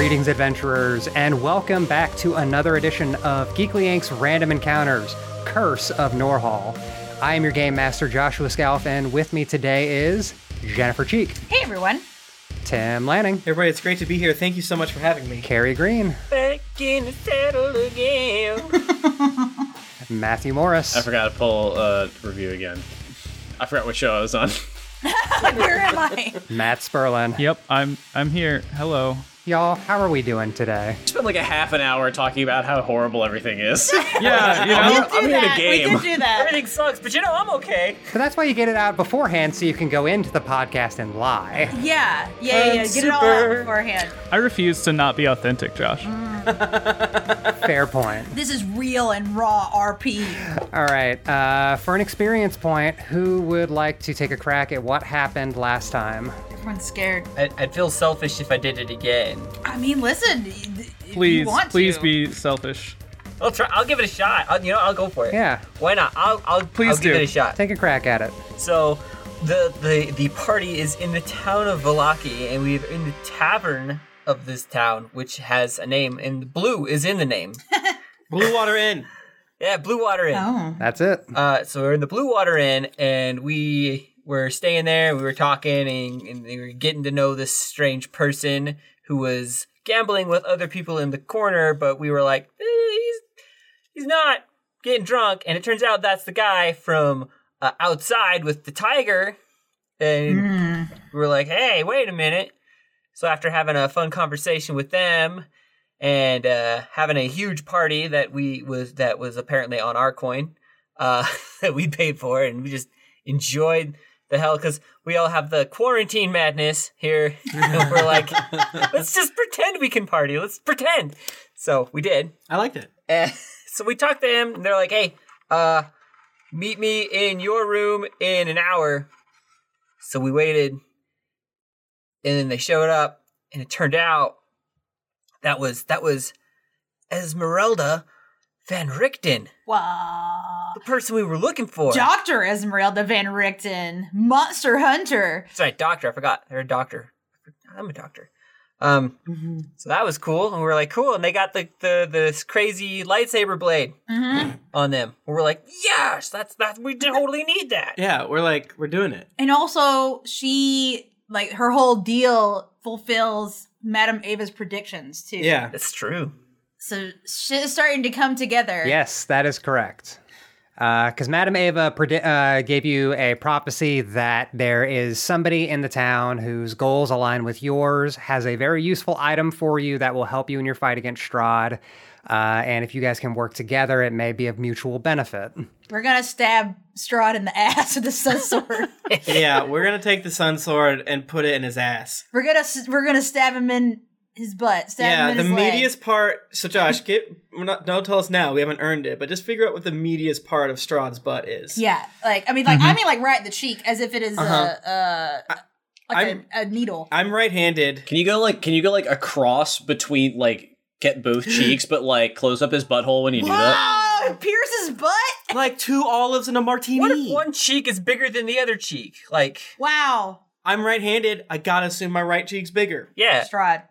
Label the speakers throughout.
Speaker 1: adventurers, and welcome back to another edition of Geekly Inc.'s Random Encounters Curse of Norhall. I am your game master, Joshua Scalf, and with me today is Jennifer Cheek,
Speaker 2: Hey everyone.
Speaker 1: Tim Lanning,
Speaker 3: Everybody, it's great to be here. Thank you so much for having me.
Speaker 1: Carrie Green,
Speaker 4: Back in the saddle again.
Speaker 1: Matthew Morris,
Speaker 5: I forgot to pull uh, review again. I forgot what show I was on.
Speaker 2: Where am I?
Speaker 1: Matt Sperlin.
Speaker 6: Yep, I'm I'm here. Hello.
Speaker 1: Y'all, how are we doing today?
Speaker 5: Spent like a half an hour talking about how horrible everything is.
Speaker 6: Yeah, you
Speaker 2: We
Speaker 6: know,
Speaker 2: did do
Speaker 5: I'm in a
Speaker 2: that. We
Speaker 5: game.
Speaker 2: did do that.
Speaker 4: Everything sucks, but you know I'm okay.
Speaker 1: So that's why you get it out beforehand so you can go into the podcast and lie.
Speaker 2: Yeah, yeah, yeah. yeah. Get it all out
Speaker 3: super.
Speaker 2: beforehand.
Speaker 6: I refuse to not be authentic, Josh.
Speaker 1: Fair point.
Speaker 2: This is real and raw RP.
Speaker 1: All right, uh, for an experience point, who would like to take a crack at what happened last time?
Speaker 2: Everyone's scared.
Speaker 7: I'd, I'd feel selfish if I did it again.
Speaker 2: I mean, listen. y- th- if you
Speaker 6: Please,
Speaker 2: want
Speaker 6: please
Speaker 2: to.
Speaker 6: be selfish.
Speaker 7: I'll try. I'll give it a shot. I'll, you know, I'll go for it.
Speaker 1: Yeah.
Speaker 7: Why not? I'll. I'll
Speaker 6: Please
Speaker 7: I'll give
Speaker 6: do.
Speaker 7: it a shot.
Speaker 1: Take a crack at it.
Speaker 7: So, the the the party is in the town of Velaki, and we're in the tavern of this town, which has a name, and blue is in the name.
Speaker 3: Blue Water Inn.
Speaker 7: yeah, Blue Water Inn.
Speaker 2: Oh,
Speaker 1: That's it.
Speaker 7: Uh, so we're in the Blue Water Inn, and we were staying there. We were talking, and, and we were getting to know this strange person who was gambling with other people in the corner. But we were like, eh, he's he's not getting drunk, and it turns out that's the guy from uh, outside with the tiger. And we were like, hey, wait a minute. So after having a fun conversation with them and uh, having a huge party that we was that was apparently on our coin uh, that we paid for, and we just enjoyed the hell because we all have the quarantine madness here. And we're like, let's just pretend we can party. Let's pretend. So we did.
Speaker 3: I liked it.
Speaker 7: Uh, so we talked to him, and they're like, "Hey, uh, meet me in your room in an hour." So we waited, and then they showed up, and it turned out that was that was Esmeralda Van Richten,
Speaker 2: wow.
Speaker 7: the person we were looking for.
Speaker 2: Doctor Esmeralda Van Richten, Monster Hunter.
Speaker 7: Sorry, doctor. I forgot. They're a doctor. I'm a doctor. Um, so that was cool, and we were like, cool. And they got the the this crazy lightsaber blade
Speaker 2: Mhm.
Speaker 7: on them. We were like, yes, that's that. We totally need that.
Speaker 3: Yeah, we're like, we're doing it.
Speaker 2: And also, she like her whole deal fulfills Madame Ava's predictions too.
Speaker 3: Yeah.
Speaker 7: That's true.
Speaker 2: So shit is starting to come together.
Speaker 1: Yes, that is correct. Because Madam Ava predi- uh, gave you a prophecy that there is somebody in the town whose goals align with yours, has a very useful item for you that will help you in your fight against Strahd. Uh, and if you guys can work together, it may be of mutual benefit.
Speaker 2: We're gonna stab Strahd in the ass with the sun sword.
Speaker 3: Yeah, we're gonna take the sun sword and put it in his ass.
Speaker 2: we're gonna s- we're gonna stab him in his butt. Stab him
Speaker 3: yeah,
Speaker 2: in
Speaker 3: the
Speaker 2: his leg.
Speaker 3: meatiest part. So Josh, get we're not, don't tell us now. We haven't earned it, but just figure out what the meatiest part of Strahd's butt is.
Speaker 2: Yeah, like I mean, like
Speaker 3: Mm-hmm.
Speaker 2: I mean, like right in the cheek, as if it is a, a, like
Speaker 3: Uh-huh. I'm-
Speaker 2: a, a needle.
Speaker 3: I'm right-handed.
Speaker 5: Can you go like? Can you go like across between like get both cheeks, but like close up his butthole when you do that?
Speaker 2: Whoa! Oh, It pierces his butt.
Speaker 3: Like two olives and a martini.
Speaker 7: What if one cheek is bigger than the other cheek? Like,
Speaker 2: Wow,
Speaker 3: I'm right-handed. I gotta assume my right cheek's bigger.
Speaker 7: yeah.
Speaker 2: Strahd,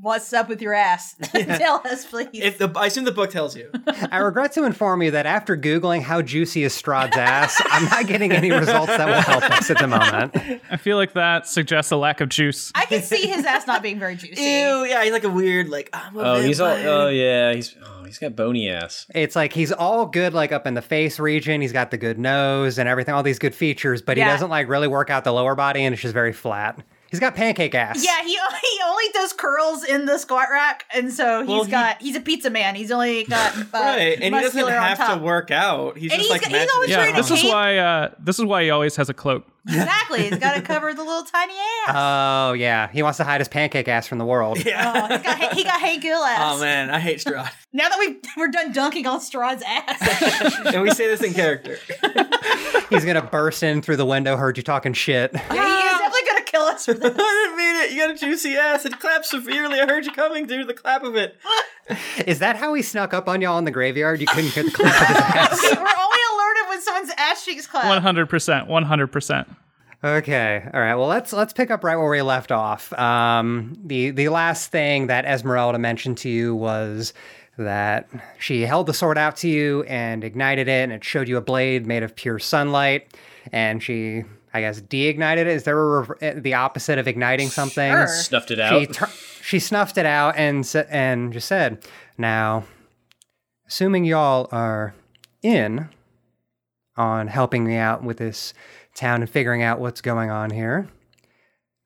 Speaker 2: what's up with your ass? Tell us, please.
Speaker 3: If the I assume the book tells you.
Speaker 1: I regret to inform you that after Googling how juicy is Strahd's ass, I'm not getting any results that will help us at the moment.
Speaker 6: I feel like that suggests a lack of juice.
Speaker 2: I can see his ass not being very juicy.
Speaker 3: Ew. Yeah, he's like a weird like. I'm a
Speaker 5: Oh, he's all.
Speaker 3: vampire.
Speaker 5: Oh yeah, he's. Oh, he's got bony ass.
Speaker 1: It's like he's all good, like up in the face region. He's got the good nose and everything, all these good features, but he
Speaker 2: Yeah.
Speaker 1: doesn't like really work out the lower body and it's just very flat. He's got pancake ass.
Speaker 2: Yeah, he only, he only does curls in the squat rack, and so he's
Speaker 3: Well, he-
Speaker 2: got he's a pizza man. He's only got uh,
Speaker 3: Right, and he doesn't
Speaker 2: muscular on
Speaker 3: have to
Speaker 2: top.
Speaker 3: work out. He's
Speaker 2: And
Speaker 3: just
Speaker 2: he's
Speaker 3: like
Speaker 2: got- he's
Speaker 3: magically
Speaker 2: always wearing
Speaker 6: Yeah,
Speaker 2: a
Speaker 3: strong.
Speaker 6: this is
Speaker 2: cape?
Speaker 6: why uh, this is why he always has a cloak.
Speaker 2: Exactly, he's got to cover the little tiny ass.
Speaker 1: Oh, yeah. He wants to hide his pancake ass from the world.
Speaker 2: Oh, he's got, he got Hank Hill ass.
Speaker 3: Oh man, I hate Strahd.
Speaker 2: Now that we we're done dunking on Strahd's ass,
Speaker 3: and we say this in character.
Speaker 1: He's going to burst in through the window, heard you talking shit.
Speaker 2: yeah, he is definitely gonna kill us. For
Speaker 3: I
Speaker 2: this.
Speaker 3: didn't mean it. You got a juicy ass. It claps severely. I heard you coming through the clap of it.
Speaker 1: Is that how he snuck up on y'all in the graveyard? You couldn't get the clip of his ass.
Speaker 2: we're only alerted when someone's ass cheeks clap.
Speaker 6: One hundred percent. One hundred percent.
Speaker 1: Okay. All right. Well, let's let's pick up right where we left off. Um, the the last thing that Esmeralda mentioned to you was that she held the sword out to you and ignited it, and it showed you a blade made of pure sunlight. And she, I guess, de-ignited it. Is there a rev- the opposite of igniting something?
Speaker 2: Sure.
Speaker 5: Snuffed it
Speaker 1: She
Speaker 5: out.
Speaker 1: tur she snuffed it out and sa- and just said, "Now, assuming y'all are in on helping me out with this town and figuring out what's going on here,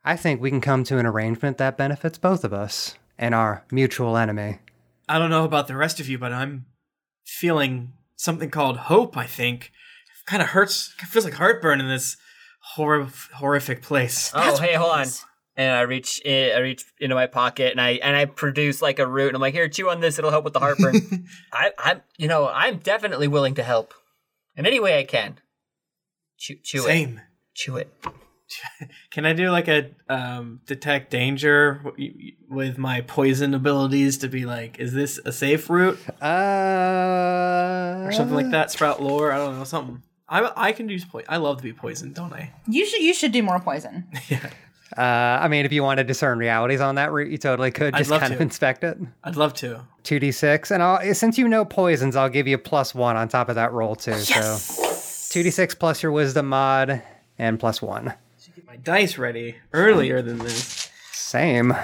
Speaker 1: I think we can come to an arrangement that benefits both of us and our mutual enemy."
Speaker 3: I don't know about the rest of you, but I'm feeling something called hope. I think kind of hurts. Feels like heartburn in this horror, horrific place.
Speaker 7: Oh, hey, hold on. And I reach, in, I reach into my pocket, and I and I produce like a root, and I'm like, here, chew on this; it'll help with the heartburn. I, I'm, you know, I'm definitely willing to help in any way I can. Chew, chew it,
Speaker 3: Same.
Speaker 7: chew it.
Speaker 3: Can I do like a um, detect danger w- with my poison abilities to be like, is this a safe route
Speaker 1: Uh,
Speaker 3: or something like that? Sprout lore. I don't know something. I I can do po- I love to be poisoned, don't I?
Speaker 2: You should you should do more poison.
Speaker 1: Uh, I mean, if you want to discern realities on that route, you totally could.
Speaker 3: I'd
Speaker 1: Just
Speaker 3: love
Speaker 1: kind of
Speaker 3: to.
Speaker 1: inspect it.
Speaker 3: I'd love to.
Speaker 1: 2d6 and I'll, since you know poisons i'll give you plus one on top of that roll too so 2d6 plus your wisdom mod and plus one
Speaker 3: Get my dice ready earlier than this.
Speaker 1: same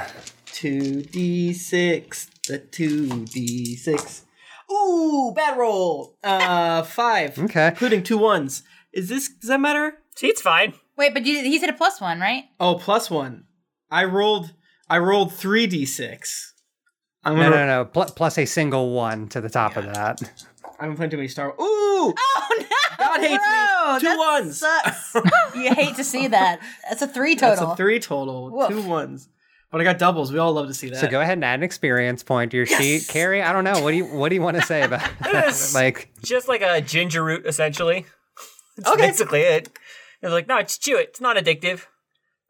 Speaker 3: Two d six. The two d six. Ooh, bad roll. Uh, five.
Speaker 1: Okay.
Speaker 3: including two ones. Is this does that matter?
Speaker 7: See, it's fine.
Speaker 2: Wait, but you, he said a plus one, right?
Speaker 3: Oh, plus one. I rolled. I rolled three d six. I'm
Speaker 1: no
Speaker 3: gonna.
Speaker 1: no no pl- plus a single one to the top of that
Speaker 3: I'm playing too many Star. Ooh,
Speaker 2: Oh no!
Speaker 3: God hates me.
Speaker 2: that
Speaker 3: Two ones.
Speaker 2: Sucks. you hate to see that. That's a three total.
Speaker 3: that's a three total.
Speaker 2: Woof.
Speaker 3: Two ones. But I got doubles. We all love to see that.
Speaker 1: so go ahead and add an experience point to your sheet carrie i don't know what do you what do you want to say about that? like
Speaker 7: Just like a ginger root, essentially. That's basically it. It's like, no, just chew it. It's not addictive.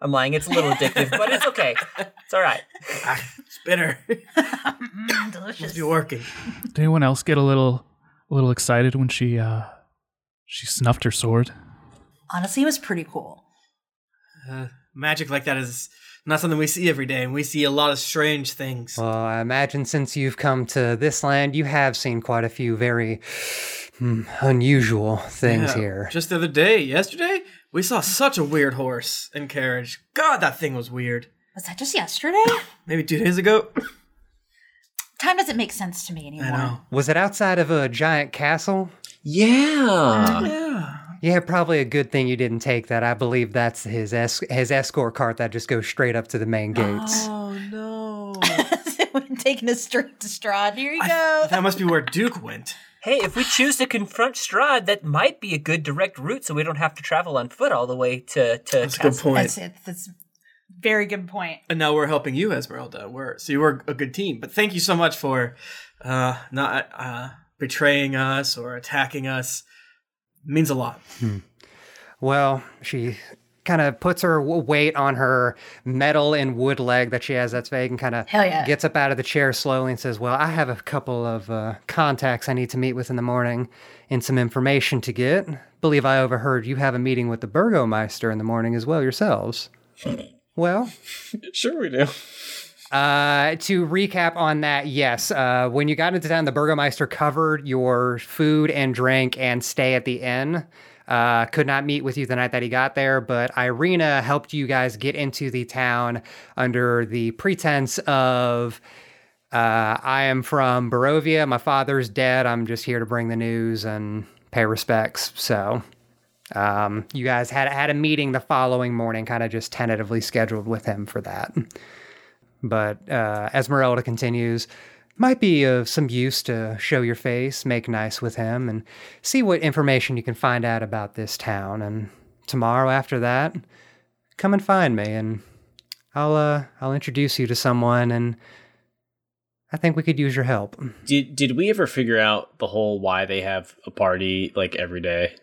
Speaker 7: I'm lying. It's a little addictive, but it's okay. It's all right.
Speaker 3: it's bitter.
Speaker 2: Delicious.
Speaker 3: You're working.
Speaker 6: Did anyone else get a little a little excited when she uh she snuffed her sword?
Speaker 2: Honestly, it was pretty cool.
Speaker 3: Magic like that is not something we see every day, and we see a lot of strange things.
Speaker 1: well i imagine since you've come to this land you have seen quite a few very hmm, unusual things
Speaker 3: Yeah.
Speaker 1: here
Speaker 3: Just the other day, yesterday, we saw such a weird horse and carriage. God, that thing was weird.
Speaker 2: Was that just yesterday?
Speaker 3: Maybe two days ago.
Speaker 2: Time doesn't make sense to me anymore.
Speaker 3: I know.
Speaker 1: was it outside of a giant castle
Speaker 3: Uh-huh.
Speaker 5: yeah.
Speaker 1: Yeah, probably a good thing you didn't take that. I believe that's his es- his escort cart that just goes straight up to the main gates.
Speaker 3: Oh no.
Speaker 2: Taking a straight to Strahd. Here you go.
Speaker 3: that must be where Duke went.
Speaker 7: Hey, if we choose to confront Strahd, that might be a good direct route, so we don't have to travel on foot all the way to to.
Speaker 3: That's a good point.
Speaker 2: That's it. That's very good point.
Speaker 3: and now we're helping you, Esmeralda. We're so you were a good team. But thank you so much for uh, not uh, betraying us or attacking us. means a lot.
Speaker 1: Well, she kind of puts her w- weight on her metal and wood leg that she has that's vague and kind of
Speaker 2: Hell yeah.
Speaker 1: gets up out of the chair slowly and says, Well, I have a couple of uh, contacts I need to meet with in the morning and some information to get. Believe I overheard you have a meeting with the burgomeister in the morning as well yourselves. Well,
Speaker 5: Sure we do.
Speaker 1: Uh, to recap on that, yes. Uh, when you got into town, the Burgomeister covered your food and drink and stay at the inn. Uh, could not meet with you the night that he got there, but Irina helped you guys get into the town under the pretense of uh, I am from Barovia. My father's dead. I'm just here to bring the news and pay respects. So. Um, you guys had had a meeting the following morning, kind of just tentatively scheduled with him for that but uh, Esmeralda continues, might be of some use to show your face, make nice with him, and see what information you can find out about this town. And tomorrow after that, come and find me, and I'll uh, I'll introduce you to someone, and I think we could use your help.
Speaker 5: Did did we ever figure out the whole why they have a party like every day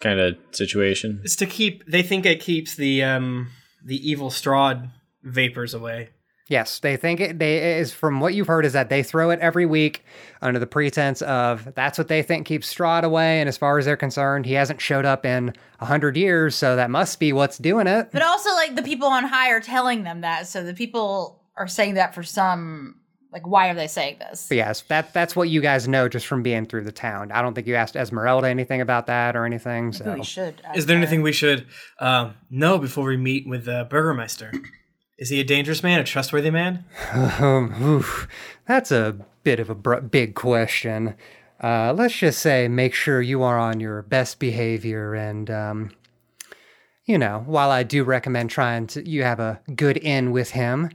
Speaker 5: kind of situation?
Speaker 3: It's to keep. They think it keeps the um, the evil Strahd vapors away.
Speaker 1: Yes, they think it, they it is from what you've heard is that they throw it every week under the pretense of that's what they think keeps Strahd away. And as far as they're concerned, he hasn't showed up in a hundred years, so that must be what's doing it.
Speaker 2: But also, like the people on high are telling them that, so the people are saying that for some. Like, why are they saying this?
Speaker 1: But yes, that that's what you guys know just from being through the town. I don't think you asked Esmeralda anything about that or anything. So
Speaker 2: We should.
Speaker 3: Is there anything we should um, know before we meet with the Burgermeister? Is he a dangerous man, a trustworthy man?
Speaker 1: Um, oof, that's a bit of a br- big question. Uh, let's just say make sure you are on your best behavior and, um, you know, while I do recommend trying to, you have a good in with him,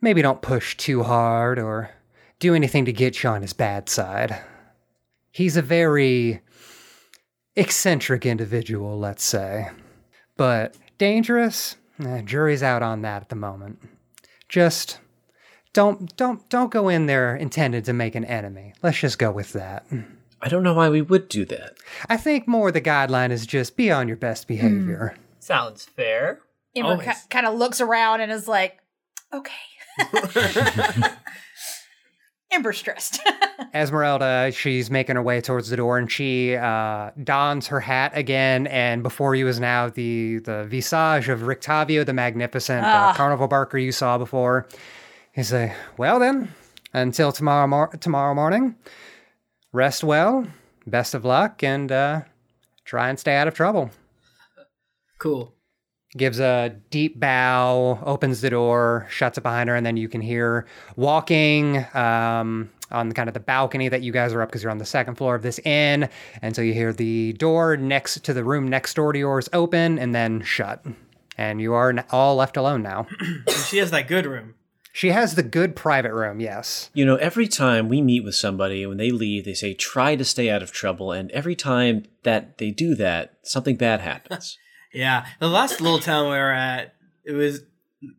Speaker 1: maybe don't push too hard or do anything to get you on his bad side. He's a very eccentric individual, let's say. But dangerous? Eh, jury's out on that at the moment. Just don't don't don't go in there intended to make an enemy. Let's just go with that.
Speaker 5: I don't know why we would do that.
Speaker 1: I think more the guideline is just be on your best behavior.
Speaker 7: Sounds fair.
Speaker 2: Imber
Speaker 3: Always.
Speaker 2: kind of looks around and is like, okay. Imber stressed.
Speaker 1: Esmeralda, she's making her way towards the door, and she uh, dons her hat again. And before you is now the the visage of Rictavio the Magnificent, uh, carnival barker you saw before. He's like, "Well then, until tomorrow mor- tomorrow morning, rest well, best of luck, and uh, try and stay out of trouble."
Speaker 3: Cool.
Speaker 1: gives a deep bow, opens the door, shuts it behind her, and then you can hear walking um, on kind of the balcony that you guys are up because you're on the second floor of this inn. And so you hear the door next to the room next door to yours open and then shut. And you are n- all left alone now.
Speaker 3: And she has that good room.
Speaker 1: She has the good private room, yes.
Speaker 5: You know, every time we meet with somebody, when they leave, they say, try to stay out of trouble. And every time that they do that, something bad happens.
Speaker 3: Yeah, the last little town we were at, it was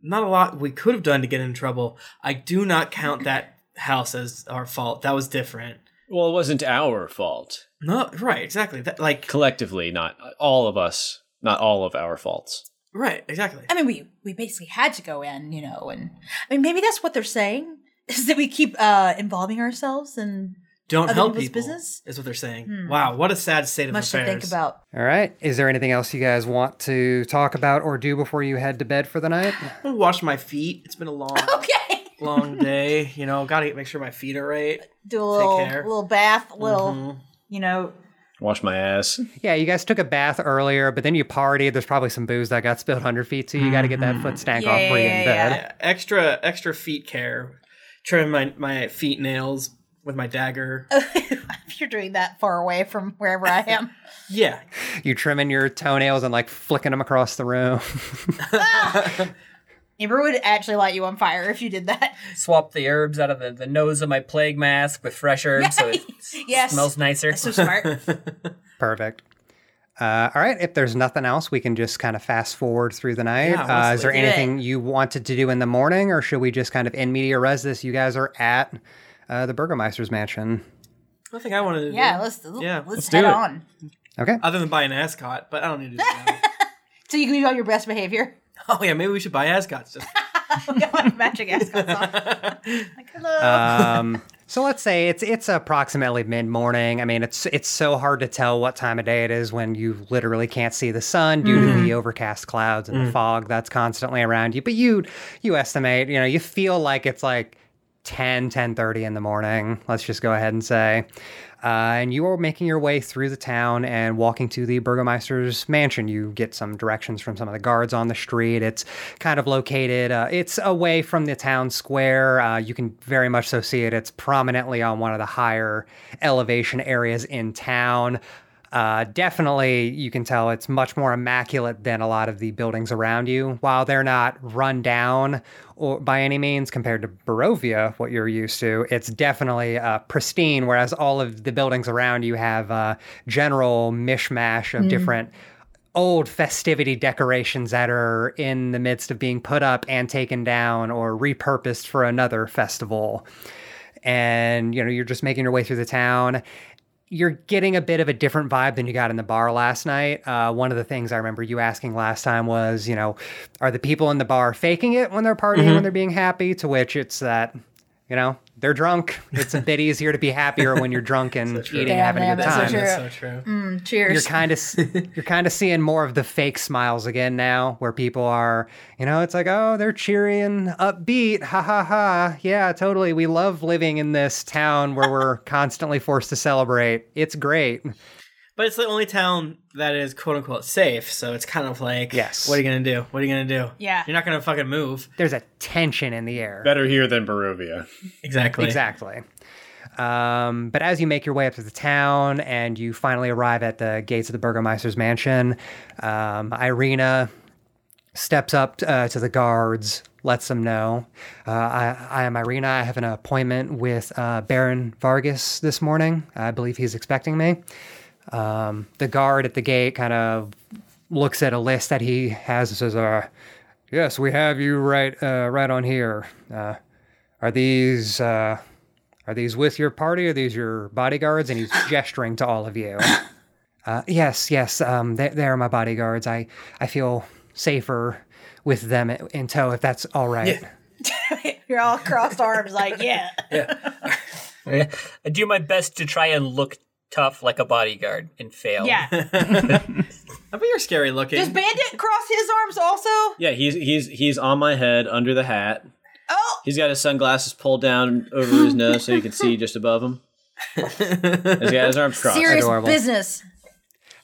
Speaker 3: not a lot we could have done to get in trouble. I do not count that house as our fault. That was different.
Speaker 5: well, it wasn't our fault.
Speaker 3: No, right, exactly. That like
Speaker 5: Collectively, not all of us, not all of our faults.
Speaker 3: right, exactly.
Speaker 2: I mean, we we basically had to go in, you know, and I mean, maybe that's what they're saying is that we keep uh involving ourselves and
Speaker 3: Don't
Speaker 2: Other
Speaker 3: help
Speaker 2: people's
Speaker 3: people.
Speaker 2: business?
Speaker 3: Is what they're saying. Wow, what a sad state of
Speaker 2: much to
Speaker 3: affairs.
Speaker 2: think about.
Speaker 1: All right. Is there anything else you guys want to talk about or do before you head to bed for the night?
Speaker 3: I'm gonna wash my feet. It's been a long,
Speaker 2: Okay,
Speaker 3: long day. You know, gotta make sure my feet are right.
Speaker 2: do a little
Speaker 3: care. Mm-hmm.
Speaker 2: little bath, a little you know.
Speaker 5: Wash my ass.
Speaker 1: Yeah, you guys took a bath earlier, but then you partied. There's probably some booze that got spilled 100 feet, so you got to get that foot stank off before you get in
Speaker 2: Mm-hmm. Yeah, yeah,
Speaker 1: bed.
Speaker 3: Yeah, extra, extra feet care. Trim my my feet nails with my dagger.
Speaker 2: if you're doing that far away from wherever I am,
Speaker 3: Yeah,
Speaker 1: You trimming your toenails and like flicking them across the room.
Speaker 2: Amber would actually light you on fire if you did that.
Speaker 7: Swap the herbs out of the, the nose of my plague mask with fresh herbs so it s-
Speaker 2: Yes.
Speaker 7: smells nicer.
Speaker 2: So smart.
Speaker 1: Perfect. Uh, all right. If there's nothing else, we can just kind of fast forward through the night.
Speaker 3: Yeah,
Speaker 1: uh,
Speaker 3: let's
Speaker 1: is there
Speaker 2: do it.
Speaker 1: anything you wanted to do in the morning, or should we just kind of in media res this? You guys are at uh, the Burgermeister's mansion.
Speaker 3: nothing I wanted to
Speaker 2: Yeah,
Speaker 3: do.
Speaker 2: let's
Speaker 3: Yeah,
Speaker 2: let's,
Speaker 5: let's do
Speaker 2: head
Speaker 5: it.
Speaker 2: on.
Speaker 1: Okay.
Speaker 3: Other than buy an ascot, but I don't need to do that.
Speaker 2: So you can be on your best behavior.
Speaker 3: oh yeah, maybe we should buy ascots. Just
Speaker 2: we got my magic ascots on. Like, hello.
Speaker 1: um, so let's say it's it's approximately mid morning. I mean, it's it's so hard to tell what time of day it is when you literally can't see the sun due to the overcast clouds and the fog that's constantly around you. But you you estimate, you know, you feel like it's like 10, 10.30 in the morning. Let's just go ahead and say. Uh, and you are making your way through the town and walking to the Burgomeister's mansion. You get some directions from some of the guards on the street. It's kind of located, uh, it's away from the town square. Uh, you can very much so see it. It's prominently on one of the higher elevation areas in town. Uh, definitely, you can tell it's much more immaculate than a lot of the buildings around you. While they're not run down or by any means compared to Barovia, what you're used to, it's definitely uh, pristine. Whereas all of the buildings around you have a general mishmash of different old festivity decorations that are in the midst of being put up and taken down or repurposed for another festival. And you know, you're just making your way through the town you're getting a bit of a different vibe than you got in the bar last night. Uh, one of the things I remember you asking last time was, you know, are the people in the bar faking it when they're partying,
Speaker 2: Mm-hmm.
Speaker 1: when they're being happy? To which it's that, you know, they're drunk. It's a bit easier to be happier when you're drunk and eating and
Speaker 2: Damn,
Speaker 1: having a
Speaker 2: man,
Speaker 1: good
Speaker 2: that's so
Speaker 1: time.
Speaker 2: true.
Speaker 3: That's so true.
Speaker 2: Mm, cheers.
Speaker 1: You're kind of you're kind of seeing more of the fake smiles again now, where people are, you know, it's like, oh, they're cheery and upbeat, ha ha ha, yeah, totally. We love living in this town where we're constantly forced to celebrate. It's great.
Speaker 3: But it's the only town that is quote unquote safe, so it's kind of like,
Speaker 1: Yes.
Speaker 3: what are you gonna do? What are you gonna do?
Speaker 2: Yeah.
Speaker 3: you're not gonna fucking move.
Speaker 1: There's a tension in the air.
Speaker 5: Better here than Barovia.
Speaker 3: Exactly.
Speaker 1: Exactly. Um, but as you make your way up to the town and you finally arrive at the gates of the Burgomeister's mansion, um, Irina steps up uh, to the guards, lets them know, uh, I, I am Irina. I have an appointment with uh, Baron Vargas this morning. I believe he's expecting me. Um, the guard at the gate kind of looks at a list that he has and says, uh, Yes, we have you right, uh, right on here. Uh, are these uh, are these with your party? Are these your bodyguards? And he's gesturing to all of you. Uh, yes, yes, um, they, they are my bodyguards. I I feel safer with them in tow if that's all right.
Speaker 2: You're all crossed arms, like, yeah.
Speaker 7: I do my best to try and look tough like a bodyguard and fail.
Speaker 2: Yeah.
Speaker 3: I bet you're scary looking.
Speaker 2: Does Bandit cross his arms also?
Speaker 5: Yeah, he's he's he's on my head under the hat.
Speaker 2: Oh,
Speaker 5: He's got his sunglasses pulled down over his nose so you can see just above him. He's got his arms crossed.
Speaker 2: serious
Speaker 1: Adorable.
Speaker 2: business.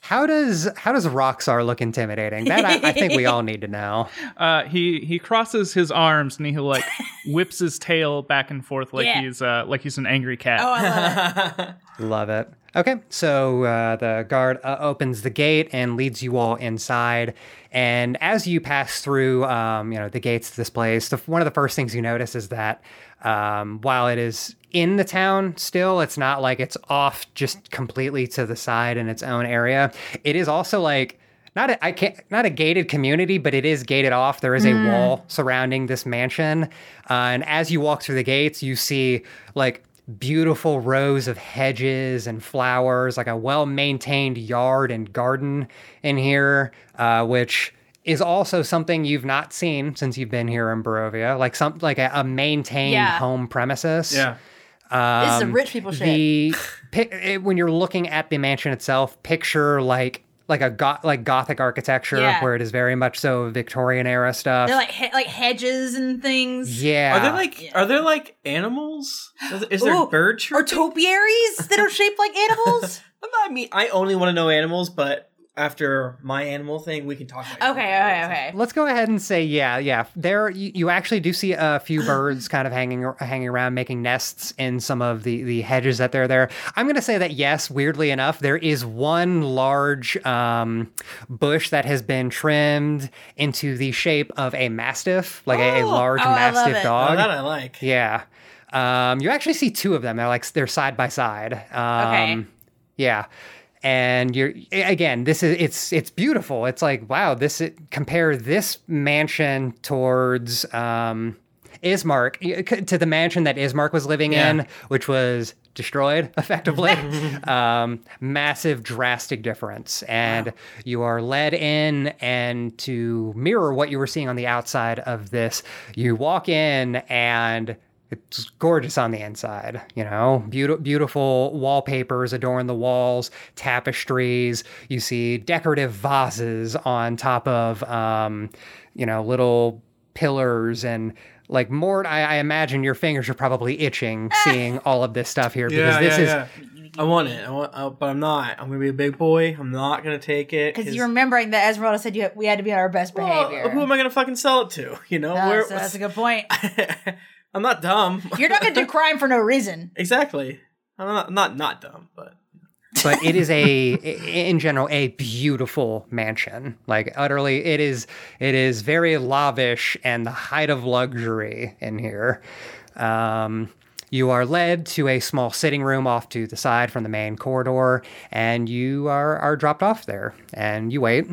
Speaker 1: How does how does Roxar look intimidating? That I, I think we all need to know.
Speaker 6: Uh, he he crosses his arms and he like whips his tail back and forth like
Speaker 2: Yeah.
Speaker 6: he's uh, like he's an angry cat.
Speaker 2: Oh, I love it.
Speaker 1: Love it. Okay, so uh, the guard uh, opens the gate and leads you all inside. And as you pass through, um, you know the gates to this place. The, one of the first things you notice is that um, while it is in the town still, it's not like it's off just completely to the side in its own area. It is also like not a, I can't not a gated community, but it is gated off. There is a wall surrounding this mansion, uh, and as you walk through the gates, you see like beautiful rows of hedges and flowers, like a well maintained yard and garden in here, uh, which is also something you've not seen since you've been here in Barovia, like some like a, a maintained
Speaker 2: Yeah.
Speaker 1: home premises.
Speaker 3: yeah.
Speaker 2: This is some rich people shit.
Speaker 1: The pi- it, when you're looking at the mansion itself, picture like like a go- like Gothic architecture
Speaker 2: Yeah.
Speaker 1: where it is very much so Victorian era stuff.
Speaker 2: They're like he- like hedges and things.
Speaker 1: uh, yeah,
Speaker 3: Are there like are there like animals? Is, is there
Speaker 2: Ooh,
Speaker 3: bird tree?
Speaker 2: Or topiaries that are shaped like animals.
Speaker 3: I mean, I only want to know animals, but after my animal thing, we can talk.
Speaker 2: okay,
Speaker 3: About
Speaker 2: okay, okay.
Speaker 1: Let's go ahead and say yeah, yeah. There, you, you actually do see a few birds kind of hanging ar- hanging around, making nests in some of the the hedges that they're there. I'm gonna say that yes. Weirdly enough, there is one large um, bush that has been trimmed into the shape of a mastiff, like a, a large
Speaker 2: Oh, I love
Speaker 1: mastiff
Speaker 2: it.
Speaker 1: dog.
Speaker 3: Oh, that I like.
Speaker 1: Yeah. Um, you actually see two of them. They're like they're side by side. Um,
Speaker 2: Okay.
Speaker 1: Yeah. And you're again. This is it's it's beautiful. It's like wow. This it, compare this mansion towards um, Ismark y- c- to the mansion that Ismark was living
Speaker 3: Yeah.
Speaker 1: in, which was destroyed effectively. um, massive, drastic difference. And you are led in, and to mirror what you were seeing on the outside of this, you walk in and it's gorgeous on the inside, you know. Beautiful, beautiful wallpapers adorn the walls, tapestries. You see decorative vases on top of, um, you know, little pillars and like Mort. I, I imagine your fingers are probably itching seeing all of this stuff here because
Speaker 3: Ah. Yeah,
Speaker 1: this
Speaker 3: yeah,
Speaker 1: is
Speaker 3: yeah. I want it. I want, uh, but I'm not. I'm gonna be a big boy. I'm not gonna take it.
Speaker 2: Because
Speaker 3: 'cause-
Speaker 2: you're remembering that Esmeralda said you we had to be on our best
Speaker 3: well,
Speaker 2: behavior.
Speaker 3: who am I gonna fucking sell it to? You know,
Speaker 2: Oh,
Speaker 3: Where-
Speaker 2: so that's a good point.
Speaker 3: I'm not dumb.
Speaker 2: You're not going to do crime for no reason.
Speaker 3: exactly. I'm not, I'm not not dumb, but
Speaker 1: but it is a i- in general a beautiful mansion like utterly it is it is very lavish and the height of luxury in here um you are led to a small sitting room off to the side from the main corridor and you are are dropped off there and you wait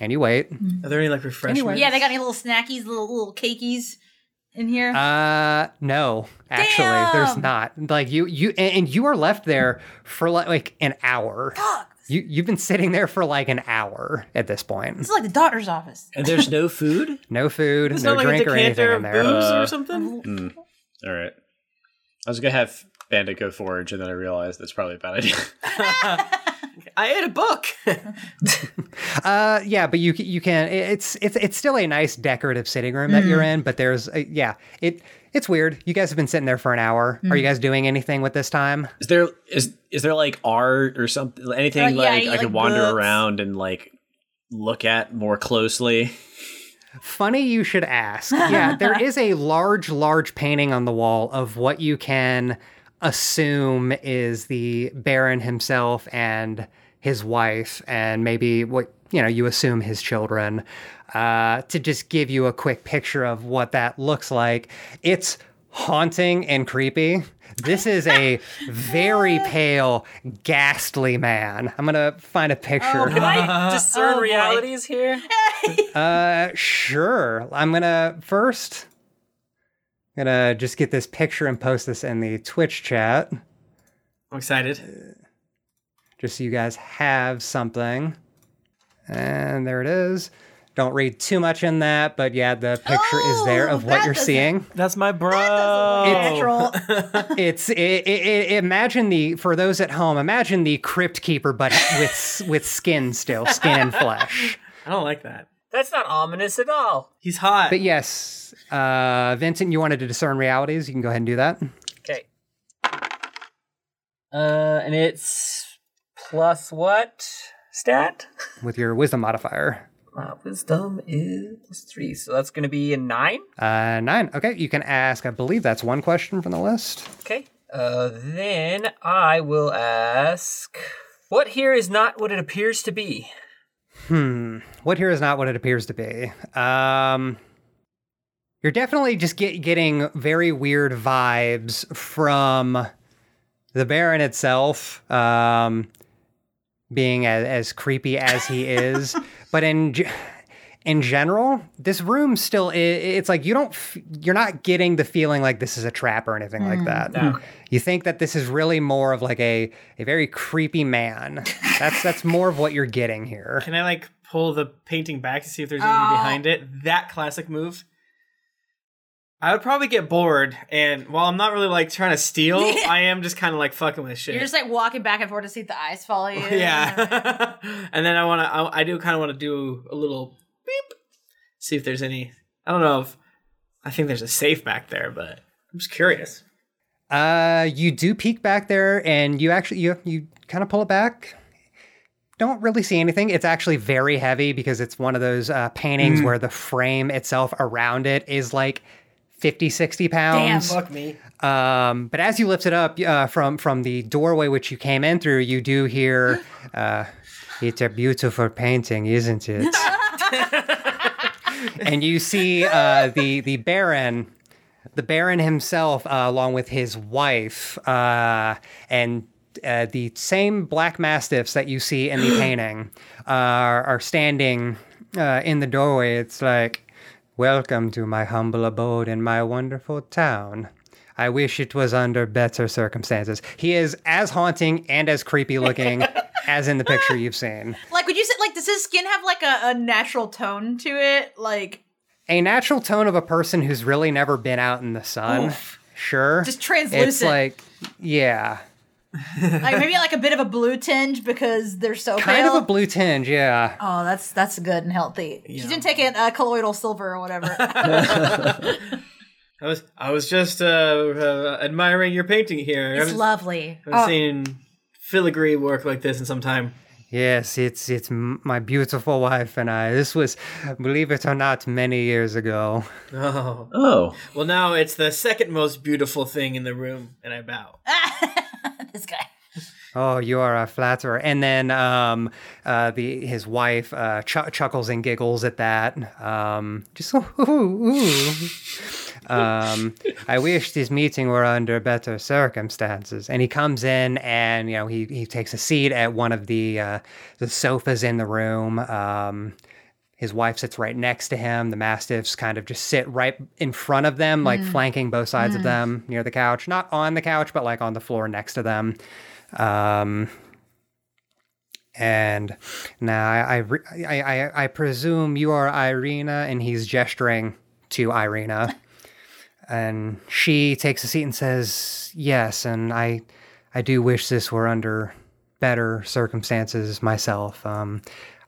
Speaker 1: and you wait
Speaker 3: are there any like refreshments?
Speaker 2: Yeah, they got any little snackies, little little cakeys. in here?
Speaker 1: Uh, no, actually, there's
Speaker 2: Damn!
Speaker 1: not. Like you, you, and and you are left there for like, like an hour.
Speaker 2: Fuck.
Speaker 1: You, you've been sitting there for like an hour at this point.
Speaker 2: This is like the doctor's office.
Speaker 5: And there's no food?
Speaker 1: No food,
Speaker 3: It's
Speaker 1: no
Speaker 3: not like a
Speaker 1: drink or anything
Speaker 3: decanter
Speaker 1: in
Speaker 3: of
Speaker 1: there.
Speaker 3: booze
Speaker 5: Uh,
Speaker 3: or something.
Speaker 5: All right. I was going to have Bandit go forage, and then I realized that's probably a bad idea.
Speaker 7: I ate a book.
Speaker 1: Uh, yeah, but you c- you can. it- It's it's it's still a nice decorative sitting room that
Speaker 2: Mm.
Speaker 1: you're in, but there's a, yeah, it it's weird. You guys have been sitting there for an hour. Are you
Speaker 2: Mm.
Speaker 1: guys doing anything with this time?
Speaker 5: is there is is there like art or something anything
Speaker 2: Uh, yeah,
Speaker 5: like
Speaker 2: you
Speaker 5: I could
Speaker 2: like
Speaker 5: wander
Speaker 2: books.
Speaker 5: around and like look at more closely?
Speaker 1: Funny you should ask. Yeah, there is a large, large painting on the wall of what you can assume is the Baron himself and his wife, and maybe what you know you assume his children. Uh, to just give you a quick picture of what that looks like, it's haunting and creepy. This is a very pale, ghastly man. I'm gonna find a picture.
Speaker 4: Can I discern
Speaker 2: oh, boy.
Speaker 4: realities here?
Speaker 1: Uh, sure. I'm gonna first. I'm gonna just get this picture and post this in the Twitch chat,
Speaker 3: I'm excited.
Speaker 1: just so you guys have something. And there it is. Don't read too much in that, but yeah, the picture is there of
Speaker 2: Oh,
Speaker 1: what
Speaker 2: that
Speaker 1: you're
Speaker 2: doesn't-
Speaker 1: seeing.
Speaker 3: That's my bro. Oh.
Speaker 2: Natural.
Speaker 1: It's it, it, it, imagine the for those at home, imagine the crypt keeper, but with s- with skin still, skin and flesh.
Speaker 3: I don't like that.
Speaker 7: That's not ominous at all.
Speaker 3: He's hot.
Speaker 1: But yes, uh, Vincent, you wanted to discern realities. You can go ahead and do that.
Speaker 7: Okay. Uh, and it's plus what stat?
Speaker 1: with your wisdom modifier.
Speaker 7: My wisdom is plus three, so that's going to be a nine.
Speaker 1: Uh, nine. Okay, you can ask. I believe that's one question from the list.
Speaker 7: Okay. Uh, then I will ask, what here is not what it appears to be?
Speaker 1: Hmm. What here is not what it appears to be. Um, you're definitely just get, getting very weird vibes from the Baron itself, um, being as, as creepy as he is. but in ge- in general, this room still i it's like you don't f- you're not getting the feeling like this is a trap or anything like that. You think that this is really more of like a a very creepy man. That's that's more of what you're getting here.
Speaker 3: Can I like pull the painting back to see if there's anything
Speaker 2: Oh.
Speaker 3: behind it? That classic move. I would probably get bored, and while I'm not really like trying to steal, I am just kind of like fucking with shit.
Speaker 2: You're just like walking back and forth to see if the eyes follow you.
Speaker 3: yeah. and then I want to. I, I do kind of want to do a little beep, see if there's any. I don't know if I think there's a safe back there, but I'm just curious.
Speaker 1: Uh, you do peek back there, and you actually you you kind of pull it back. Don't really see anything. It's actually very heavy because it's one of those uh, paintings where the frame itself around it is like 50, 60 pounds.
Speaker 2: Fuck
Speaker 3: me.
Speaker 1: Um, but as you lift it up uh, from from the doorway which you came in through, you do hear, uh, "It's a beautiful painting, isn't it?" and you see uh, the the Baron, the Baron himself, uh, along with his wife, uh, and. Uh, the same black mastiffs that you see in the painting uh, are standing uh, in the doorway. It's like, Welcome to my humble abode in my wonderful town. I wish it was under better circumstances. He is as haunting and as creepy looking as in the picture you've seen.
Speaker 2: Like, would you say like does his skin have like a, a natural tone to it? Like,
Speaker 1: A natural tone of a person who's really never been out in the sun. Sure.
Speaker 2: Just
Speaker 1: It's
Speaker 2: translucent.
Speaker 1: like, yeah.
Speaker 2: like maybe like a bit of a blue tinge because they're so
Speaker 1: Kind
Speaker 2: pale.
Speaker 1: of a blue tinge, yeah.
Speaker 2: oh, that's that's good and healthy. She's been taking uh, colloidal silver or whatever.
Speaker 3: I was I was just uh, uh, admiring your painting here. I
Speaker 2: it's oh.
Speaker 3: was-
Speaker 2: lovely.
Speaker 3: I've seen filigree work like this in some time.
Speaker 1: Yes, it's it's m- my beautiful wife and I. This was, believe it or not, many years ago.
Speaker 3: Oh.
Speaker 5: Oh.
Speaker 3: Well, now it's the second most beautiful thing in the room, and I bow.
Speaker 2: this guy.
Speaker 1: Oh, you are a flatterer. And then um, uh, the his wife uh, chuck chuckles and giggles at that. Um, just ooh, ooh, ooh. um, I wish this meeting were under better circumstances. And he comes in and you know he he takes a seat at one of the uh, the sofas in the room. Um, His wife sits right next to him. The mastiffs kind of just sit right in front of them, like flanking both sides of them near the couch. Not on the couch, but like on the floor next to them. Um, and now I, I, re- I, I, I presume you are Irina, and he's gesturing to Irina. and she takes a seat and says, "Yes, and I, I do wish this were under better circumstances myself. Um,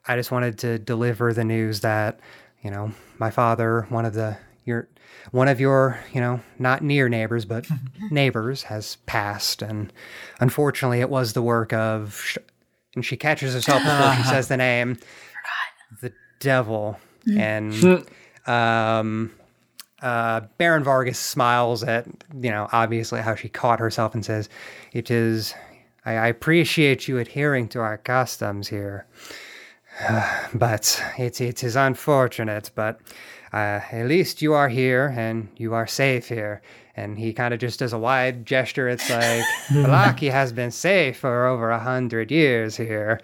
Speaker 1: I just wanted to deliver the news that, you know, my father, one of the your, one of your, you know, not near neighbors but neighbors, has passed, and unfortunately, it was the work of." Sh- and she catches herself before she says the name. The devil. And um, uh, Baron Vargas smiles at, you know, obviously how she caught herself and says, It is, I, I appreciate you adhering to our customs here. but it, it is unfortunate, but uh, at least you are here and you are safe here. And he kind of just does a wide gesture. It's like, Balaki has been safe for over a hundred years here.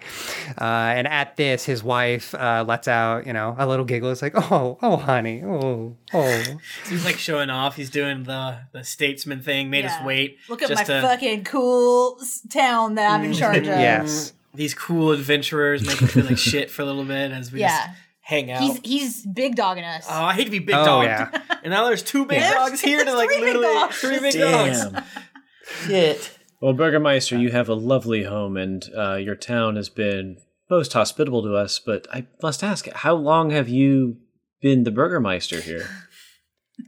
Speaker 1: Uh, and at this, his wife uh, lets out, you know, a little giggle. It's like, oh, oh, honey, oh, oh.
Speaker 3: He's like showing off. He's doing the the statesman thing. Made us
Speaker 2: Yeah.
Speaker 3: wait.
Speaker 2: Look at my
Speaker 3: just to- Mm.
Speaker 2: fucking cool s- town that I'm in charge of.
Speaker 1: Yes.
Speaker 3: These cool adventurers make me feel like shit for a little bit as we
Speaker 2: Yeah.
Speaker 3: just hang out.
Speaker 2: He's he's big dogging us.
Speaker 3: oh, I hate to be big
Speaker 1: Oh,
Speaker 3: dog.
Speaker 1: yeah.
Speaker 3: And now there's two big dogs here to
Speaker 2: There's
Speaker 3: like
Speaker 2: three big
Speaker 3: literally
Speaker 2: dogs.
Speaker 3: three big dogs.
Speaker 5: Damn.
Speaker 7: Shit.
Speaker 5: Well, Burgermeister, you have a lovely home, and uh, your town has been most hospitable to us. But I must ask, how long have you been the Burgermeister here?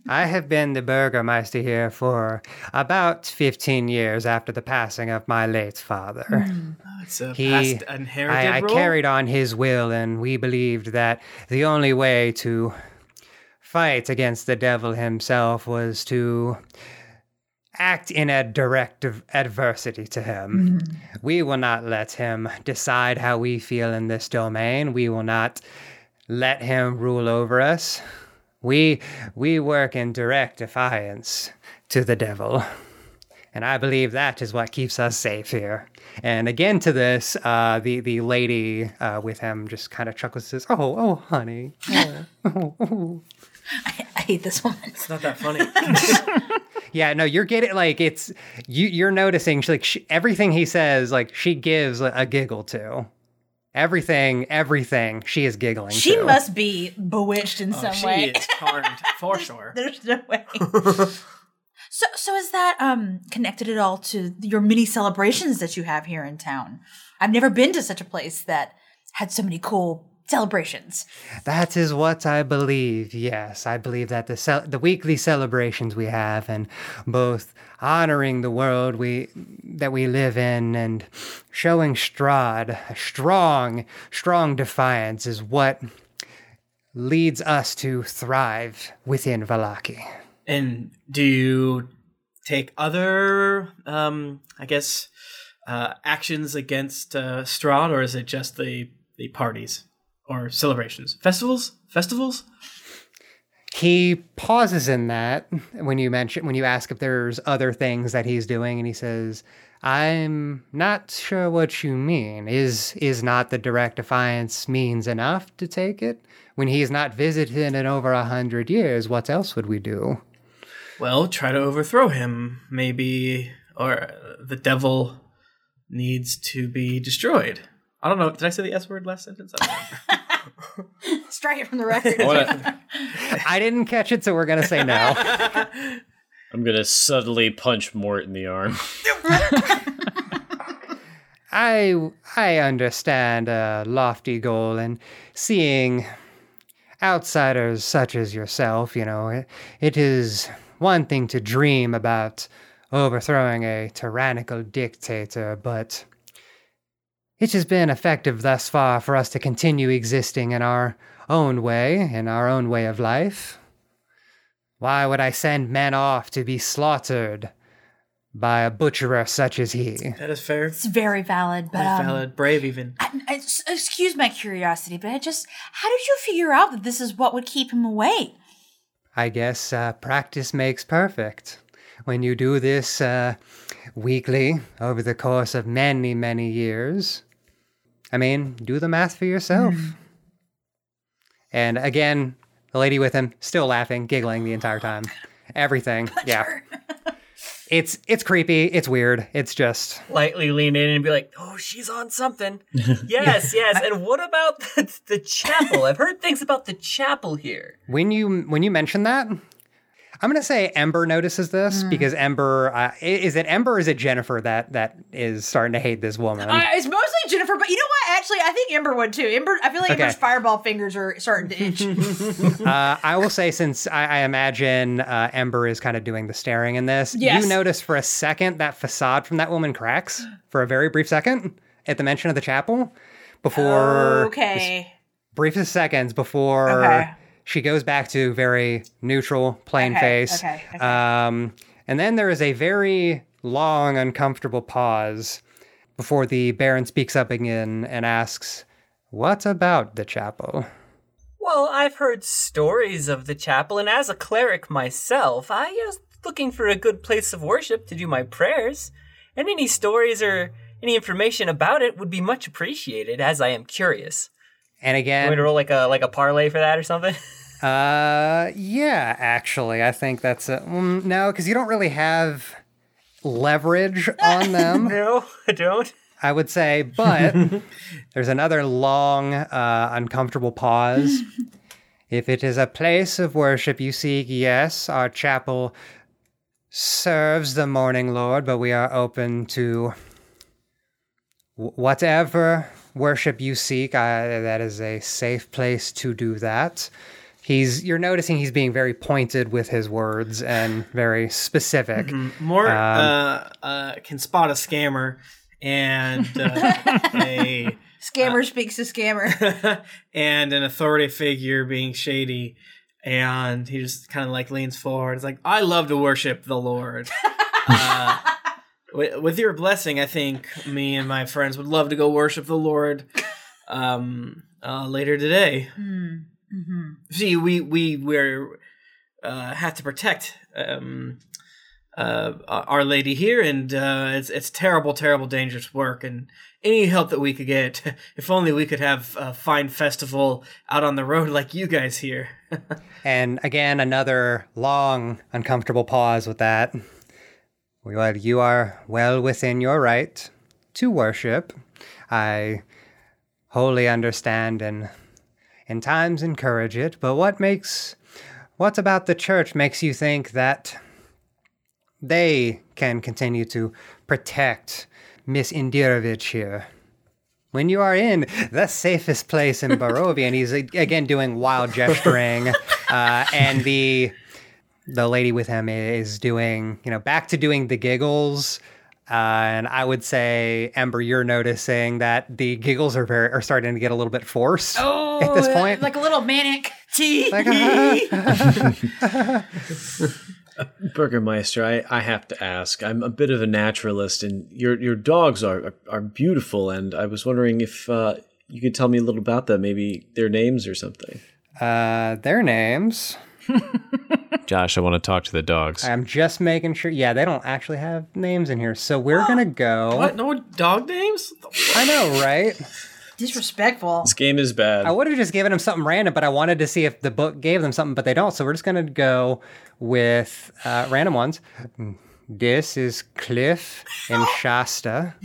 Speaker 1: I have been the Burgermeister here for about 15 years after the passing of my late father.
Speaker 3: It's a
Speaker 1: He-
Speaker 3: past inherited
Speaker 1: I, I
Speaker 3: rule.
Speaker 1: carried on his will, and we believed that the only way to fight against the devil himself was to act in a direct av- adversity to him. We will not let him decide how we feel in this domain. We will not let him rule over us. We we work in direct defiance to the devil. And I believe that is what keeps us safe here. And again, to this, uh, the the lady uh, with him just kind of chuckles, says, "Oh, oh, honey."
Speaker 2: I hate this woman.
Speaker 3: It's not that funny.
Speaker 1: Yeah, no, you're getting like it's you. You're noticing she, like she, everything he says, like she gives a, a giggle to. Everything, everything, she is giggling.
Speaker 2: She
Speaker 1: to.
Speaker 2: must be bewitched in
Speaker 3: Oh,
Speaker 2: some
Speaker 3: she
Speaker 2: way.
Speaker 3: is charmed for sure.
Speaker 2: There's no way. so so is that um connected at all to your mini celebrations that you have here in town? I've never been to such a place that had so many cool celebrations.
Speaker 1: That is what I believe. Yes, I believe that the cel- the weekly celebrations we have, and both honoring the world we that we live in, and showing Strahd a strong, strong defiance is what leads us to thrive within Valaki.
Speaker 3: And do you take other, um, I guess, uh, actions against uh, Strahd, or is it just the the parties or celebrations, festivals, festivals?
Speaker 1: He pauses in that when you mention when you ask if there's other things that he's doing, and he says, "I'm not sure what you mean. Is is not the direct defiance means enough to take it? When he's not visited in over a hundred years, what else would we do?"
Speaker 3: Well, try to overthrow him, maybe, or uh, the devil needs to be destroyed. I don't know. Did I say the S word last sentence? I don't know.
Speaker 2: Strike it from the record.
Speaker 1: I didn't catch it, so we're gonna say no.
Speaker 5: I'm gonna subtly punch Mort in the arm.
Speaker 1: I I understand a lofty goal and seeing outsiders such as yourself, you know, it, it is one thing to dream about overthrowing a tyrannical dictator, but it has been effective thus far for us to continue existing in our own way, in our own way of life. Why would I send men off to be slaughtered by a butcherer such as he?
Speaker 3: that is fair.
Speaker 2: it's very valid, but um,
Speaker 3: Valid, brave, even.
Speaker 2: I- I- s- excuse my curiosity, but I just how did you figure out that this is what would keep him away?
Speaker 1: I guess uh, practice makes perfect. When you do this uh, weekly over the course of many, many years, I mean, do the math for yourself. And again, the lady with him still laughing, giggling the entire time. Everything. Yeah.
Speaker 2: Er,
Speaker 1: It's it's creepy. It's weird. It's just
Speaker 7: Lightly lean in and be like, "Oh, she's on something." yes, yes. And what about the, the chapel? I've heard things about the chapel here.
Speaker 1: when you when you mention that, I'm gonna say Ember notices this because Ember uh, i- is it Ember or is it Jennifer that that is starting to hate this woman.
Speaker 2: Uh, it's mostly Jennifer, but you know what? Actually, I think Ember would too. Ember, I feel like
Speaker 1: Okay.
Speaker 2: Ember's fireball fingers are starting to itch.
Speaker 1: Uh, I will say, since I, I imagine uh, Ember is kind of doing the staring in this,
Speaker 2: Yes.
Speaker 1: you notice for a second that facade from that woman cracks for a very brief second at the mention of the chapel before
Speaker 2: okay.
Speaker 1: briefest seconds before
Speaker 2: Okay.
Speaker 1: she goes back to very neutral, plain
Speaker 2: Okay,
Speaker 1: face.
Speaker 2: okay, okay.
Speaker 1: Um, and then there is a very long, uncomfortable pause before the Baron speaks up again and asks, What about the chapel?
Speaker 7: Well, I've heard stories of the chapel, and as a cleric myself, I was looking for a good place of worship to do my prayers, and any stories or any information about it would be much appreciated, as I am curious.
Speaker 1: And
Speaker 7: You want me
Speaker 1: again,
Speaker 7: to roll like a like a parlay for that or something?
Speaker 1: Uh, yeah, actually, I think that's it. Mm, no, because you don't really have leverage on them,
Speaker 7: no, I don't.
Speaker 1: I would say. But there's another long, uh, uncomfortable pause. if it is a place of worship you seek, yes, our chapel serves the morning lord, but we are open to wh- whatever worship you seek. I, that is a safe place to do that he's you're noticing he's being very pointed with his words and very specific
Speaker 3: Mort uh, uh, can spot a scammer and uh, a
Speaker 1: Uh,
Speaker 2: Scammer speaks to scammer.
Speaker 3: and an authority figure being shady, and he just kind of like leans forward. It's like I love to worship the Lord. uh, with, with your blessing, I think me and my friends would love to go worship the Lord um, uh, later today.
Speaker 2: mm-hmm.
Speaker 3: See, we we we're uh, have to protect um, uh, our lady here, and uh, it's it's terrible, terrible, dangerous work. And any help that we could get, if only we could have a fine festival out on the road like you guys here.
Speaker 1: and again another long uncomfortable pause with that well you are well within your right to worship i wholly understand and in times encourage it but what makes what about the church makes you think that they can continue to protect miss indirovich here when you are in the safest place in Barovia, and he's ag- again doing wild gesturing, uh, and the the lady with him is doing, you know, back to doing the giggles. Uh, and I would say, Ember, you're noticing that the giggles are very are starting to get a little bit forced at this point.
Speaker 2: like a little manic tea.
Speaker 5: Burgermeister, I, I have to ask. I'm a bit of a naturalist, and your your dogs are are beautiful. And I was wondering if uh, you could tell me a little about them, maybe their names or something.
Speaker 1: uh, their names.
Speaker 8: Josh, I want to talk to the dogs.
Speaker 1: I'm just making sure. Yeah, they don't actually have names in here, so we're gonna go.
Speaker 3: What? No dog names?
Speaker 1: I know, right?
Speaker 2: Disrespectful.
Speaker 5: This game is bad.
Speaker 1: I would have just given them something random, but I wanted to see if the book gave them something, but they don't. So we're just going to go with uh, random ones. This is Cliff and Shasta.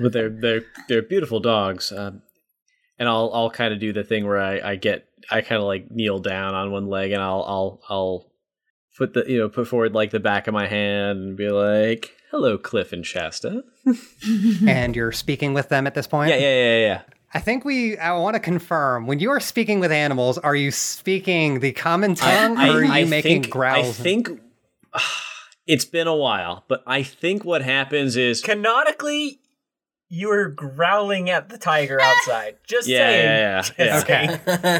Speaker 5: but they're they're they're beautiful dogs. Um, and I'll I'll kind of do the thing where I, I get I kind of like kneel down on one leg, and I'll I'll I'll put the you know put forward like the back of my hand and be like, "Hello, Cliff and Shasta."
Speaker 1: and you're speaking with them at this point?
Speaker 5: Yeah, yeah, yeah, yeah.
Speaker 1: I think we, I want to confirm when you are speaking with animals, are you speaking the common tongue or are you making
Speaker 5: think,
Speaker 1: growls?
Speaker 5: I think it's been a while, but I think what happens is
Speaker 7: Canonically, you were growling at the tiger outside. Just
Speaker 5: yeah,
Speaker 7: saying.
Speaker 5: yeah, yeah, yeah.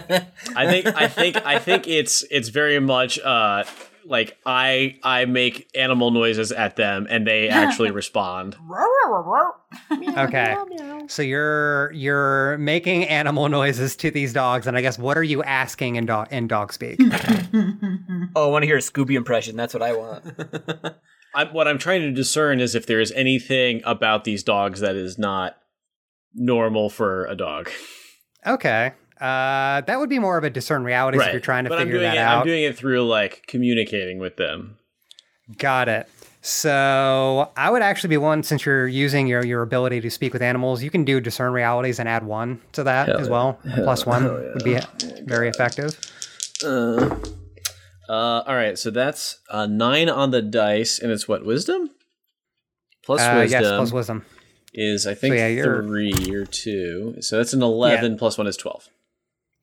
Speaker 1: Okay.
Speaker 5: I think I think I think it's it's very much uh like I I make animal noises at them and they actually respond.
Speaker 1: okay. So you're you're making animal noises to these dogs, and I guess what are you asking in dog in dog speak?
Speaker 5: Hmm.
Speaker 7: Oh, I want to hear a Scooby impression. That's what I want.
Speaker 5: I, what I'm trying to discern is if there is anything about these dogs that is not normal for a dog.
Speaker 1: Okay. Uh, that would be more of a discern realities if you're trying to
Speaker 5: but
Speaker 1: figure
Speaker 5: I'm doing
Speaker 1: that
Speaker 5: it,
Speaker 1: out.
Speaker 5: I'm doing it through like communicating with them.
Speaker 1: Got it. So I would actually be one since you're using your, your ability to speak with animals. You can do discern realities and add one to that as well. Plus one would be very effective.
Speaker 5: Uh, uh, all right, so that's a nine on the dice, and it's what wisdom plus
Speaker 1: Uh,
Speaker 5: wisdom
Speaker 1: yes, plus wisdom.
Speaker 5: is I think
Speaker 1: yeah, you're-
Speaker 5: three or two. So that's an eleven plus one is twelve.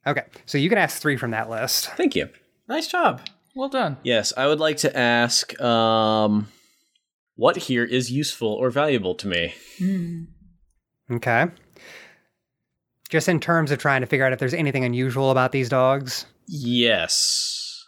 Speaker 1: Okay, so you can ask three from that list.
Speaker 5: Thank you.
Speaker 3: Nice job.
Speaker 6: Well done.
Speaker 5: Yes, I would like to ask, um, what here is useful or valuable to me?
Speaker 1: Okay. Just in terms of trying to figure out if there's anything unusual about these dogs.
Speaker 5: Yes,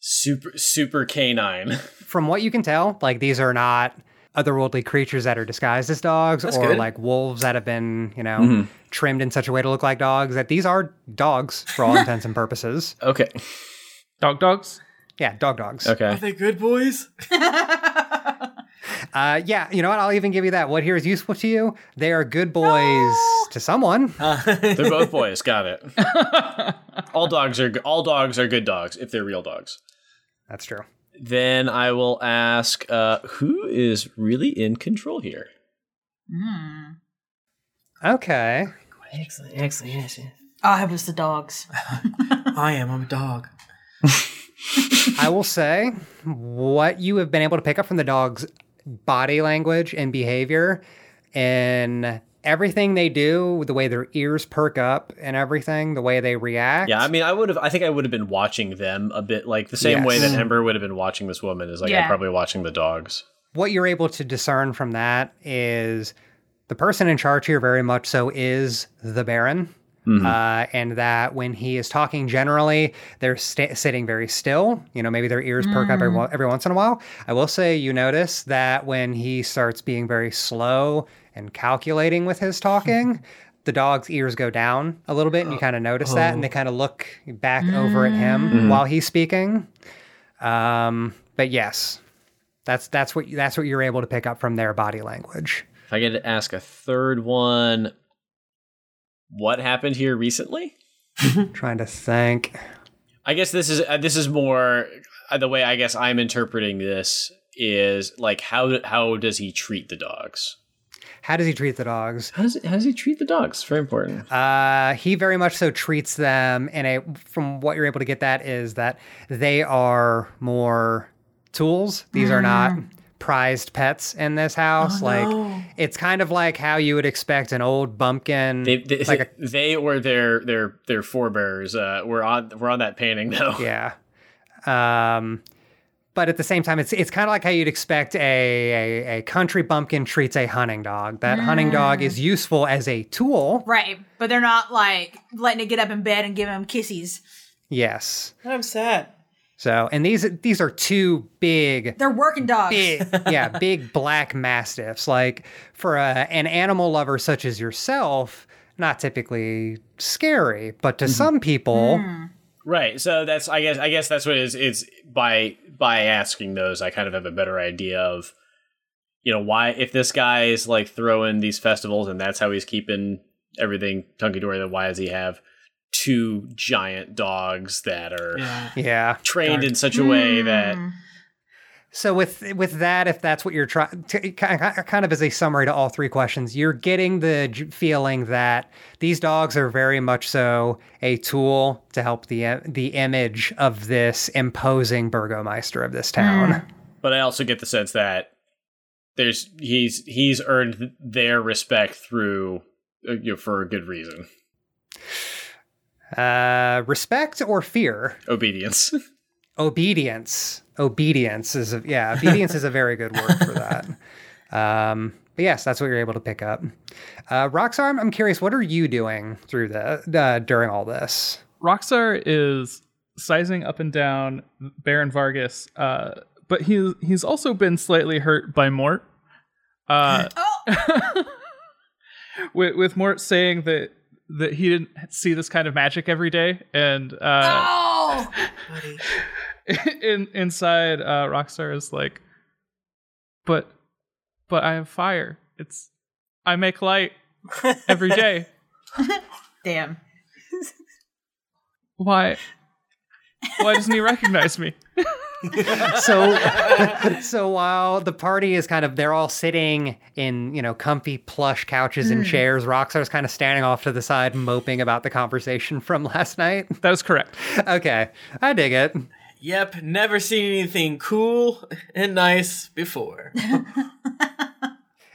Speaker 5: super super canine.
Speaker 1: From what you can tell, like these are not otherworldly creatures that are disguised as dogs
Speaker 3: That's
Speaker 1: or
Speaker 3: good. Mm-hmm.
Speaker 1: like wolves that have been, you know,
Speaker 5: Mhm.
Speaker 1: trimmed in such a way to look like dogs, that these are dogs for all intents and purposes.
Speaker 5: Okay,
Speaker 6: Dog dogs.
Speaker 1: Yeah, dog dogs.
Speaker 3: Are
Speaker 5: okay.
Speaker 3: they good boys?
Speaker 1: Uh, yeah, you know what? I'll even give you that. What here is useful to you? They are good boys to someone.
Speaker 5: They're both boys. Got it. all dogs are go- all dogs are good dogs if they're real dogs.
Speaker 1: That's true.
Speaker 5: Then I will ask, uh, who is really in control here?
Speaker 2: Mm.
Speaker 1: Okay.
Speaker 7: Excellent, excellent, yes, yes.
Speaker 2: I Ah, was the dogs.
Speaker 3: I am. I'm a dog.
Speaker 1: I will say what you have been able to pick up from the dog's body language and behavior and everything they do, the way their ears perk up and everything, the way they react.
Speaker 5: Yeah, I mean, I would have. I think I would have been watching them a bit, like the same way
Speaker 1: Yes.
Speaker 5: that Ember would have been watching this woman. Is like
Speaker 2: Yeah.
Speaker 5: I'm probably watching the dogs.
Speaker 1: what you're able to discern from that is the person in charge here very much so is the Baron. Uh, and that when he is talking generally, they're sta sitting very still. You know, maybe their ears perk up every, every once in a while. I will say you notice that when he starts being very slow and calculating with his talking, the dog's ears go down a little bit, and you kind of notice that, and they kind of look back over at him while he's speaking. Um, but yes, that's that's what that's what you're able to pick up from their body language.
Speaker 5: If I get to ask a third one, what happened here recently?
Speaker 1: Trying to think.
Speaker 5: I guess this is uh, this is more uh, the way I guess I'm interpreting this is like how how does he treat the dogs?
Speaker 1: How does he treat the dogs?
Speaker 5: How does how does he treat the dogs? Very important.
Speaker 1: Uh, he very much so treats them in a. From what you're able to get, that is that they are more tools. These are not prized pets in this house. like it's kind of like how you would expect an old bumpkin.
Speaker 5: They they,
Speaker 1: like a-
Speaker 5: they or their their their forebears uh, were on were on that painting though.
Speaker 1: Yeah. Um, but at the same time, it's it's kind of like how you'd expect a, a a country bumpkin treats a hunting dog. That hunting dog is useful as a tool.
Speaker 2: right, but they're not like letting it get up in bed and giving him kisses.
Speaker 1: Yes.
Speaker 3: I'm sad.
Speaker 1: So, and these these are two big
Speaker 2: They're working dogs.
Speaker 1: big yeah big black mastiffs like for a, an animal lover such as yourself not typically scary but to some people
Speaker 2: Mm. Hmm.
Speaker 5: Right. So that's I guess I guess that's what it is it's by by asking those I kind of have a better idea of you know why if this guy is like throwing these festivals and that's how he's keeping everything hunky dory then why does he have two giant dogs that are
Speaker 3: Yeah.
Speaker 1: yeah
Speaker 5: trained in such a
Speaker 2: Hmm.
Speaker 5: way that
Speaker 1: So with with that, if that's what you're trying, kind of as a summary to all three questions, you're getting the j- feeling that these dogs are very much so a tool to help the i- the image of this imposing burgomeister of this town.
Speaker 5: but I also get the sense that there's he's he's earned their respect through uh, you know for a good reason
Speaker 1: Uh, respect or fear,
Speaker 5: obedience.
Speaker 1: obedience. Obedience is a, yeah, obedience is a very good word for that. Um, but yes, that's what you're able to pick up. Uh, Roxar, I'm, I'm curious, what are you doing through the uh, during all this?
Speaker 6: Roxar is sizing up and down Baron Vargas, uh, but he he's also been slightly hurt by Mort. Uh,
Speaker 2: Oh.
Speaker 6: with, with Mort saying that that he didn't see this kind of magic every day, and uh,
Speaker 2: Oh,
Speaker 6: in, inside uh, Rockstar is like, but but I have fire. It's I make light every day.
Speaker 2: Damn.
Speaker 6: Why? Why doesn't he recognize me?
Speaker 1: so so while the party is kind of they're all sitting in you know comfy plush couches and chairs roxar's kind of standing off to the side moping about the conversation from last night
Speaker 6: That is correct.
Speaker 1: okay i dig it
Speaker 3: Yep, never seen anything cool and nice before.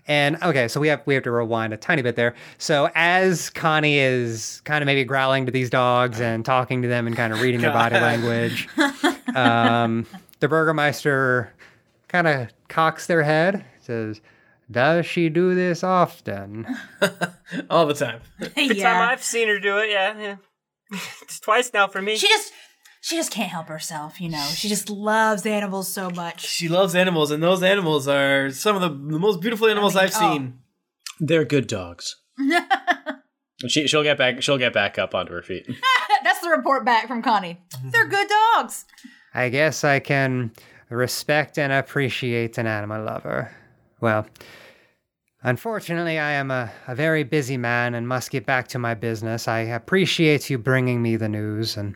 Speaker 1: and okay so we have we have to rewind a tiny bit there so as connie is kind of maybe growling to these dogs and talking to them and kind of reading their body language um, the burgermeister kind of cocks their head says does she do this often
Speaker 3: All the time.
Speaker 4: Every time I've seen her do it, yeah. yeah. it's twice now for me.
Speaker 2: she just she just can't help herself, you know. She just loves animals so much.
Speaker 3: She loves animals, and those animals are some of the, the most beautiful animals I
Speaker 2: mean,
Speaker 3: have
Speaker 2: oh.
Speaker 3: seen.
Speaker 5: They're good dogs. And she she'll get back she'll get back up onto her feet.
Speaker 2: That's the report back from Connie. They're good dogs.
Speaker 1: I guess I can respect and appreciate an animal lover. Well, unfortunately, I am a, a very busy man and must get back to my business. I appreciate you bringing me the news, and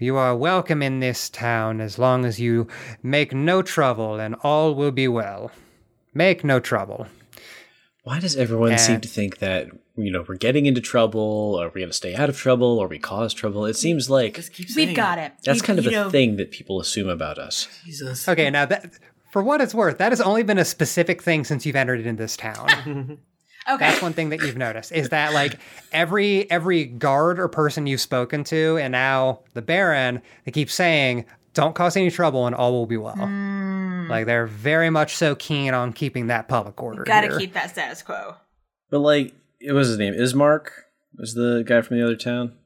Speaker 1: you are welcome in this town as long as you make no trouble and all will be well. Make no trouble.
Speaker 5: Why does everyone seem
Speaker 1: And-
Speaker 5: to think that you know we're getting into trouble, or we're going to stay out of trouble, or we cause trouble? It seems like
Speaker 3: Just keep saying
Speaker 2: We've got it.
Speaker 5: that's
Speaker 2: We've-
Speaker 5: kind of
Speaker 2: you
Speaker 5: a
Speaker 2: know-
Speaker 5: thing that people assume about us.
Speaker 3: Jesus.
Speaker 1: Okay, now that. For what it's worth, that has only been a specific thing since you've entered into this town.
Speaker 2: Okay.
Speaker 1: That's one thing that you've noticed is that like every every guard or person you've spoken to, and now the Baron, they keep saying, "Don't cause any trouble, and all will be well."
Speaker 2: Hmm.
Speaker 1: Like they're very much so keen on keeping that public order.
Speaker 2: Gotta
Speaker 1: here.
Speaker 2: keep that status quo.
Speaker 5: But like, it was his name Ismark was the guy from the other town.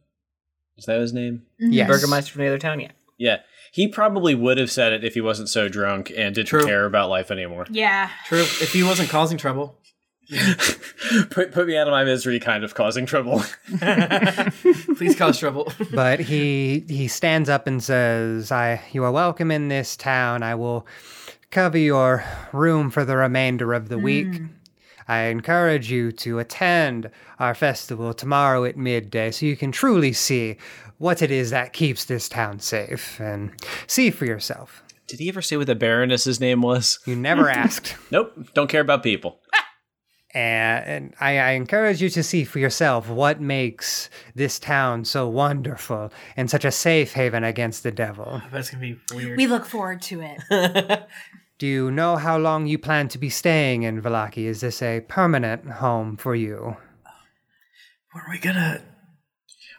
Speaker 5: Is that his name?
Speaker 1: yes.
Speaker 7: Burgermeister from the other town, yeah.
Speaker 5: Yeah, he probably would have said it if he wasn't so drunk and didn't
Speaker 3: True.
Speaker 5: care about life anymore.
Speaker 2: Yeah.
Speaker 3: True. If he wasn't causing trouble.
Speaker 5: put put me out of my misery, kind of causing trouble.
Speaker 3: Please cause trouble.
Speaker 1: but he he stands up and says, "I you are welcome in this town. I will cover your room for the remainder of the week. I encourage you to attend our festival tomorrow at midday so you can truly see what it is that keeps this town safe and see for yousself.
Speaker 5: Did he ever say what the Baroness's name was?
Speaker 1: You never asked.
Speaker 5: Nope, don't care about people.
Speaker 1: And, and I, I encourage you to see for yourself what makes this town so wonderful and such a safe haven against the devil.
Speaker 3: That's gonna be weird.
Speaker 2: We look forward to it.
Speaker 1: Do you know how long you plan to be staying in Valaki? Is this a permanent home for you?
Speaker 3: Where are we gonna?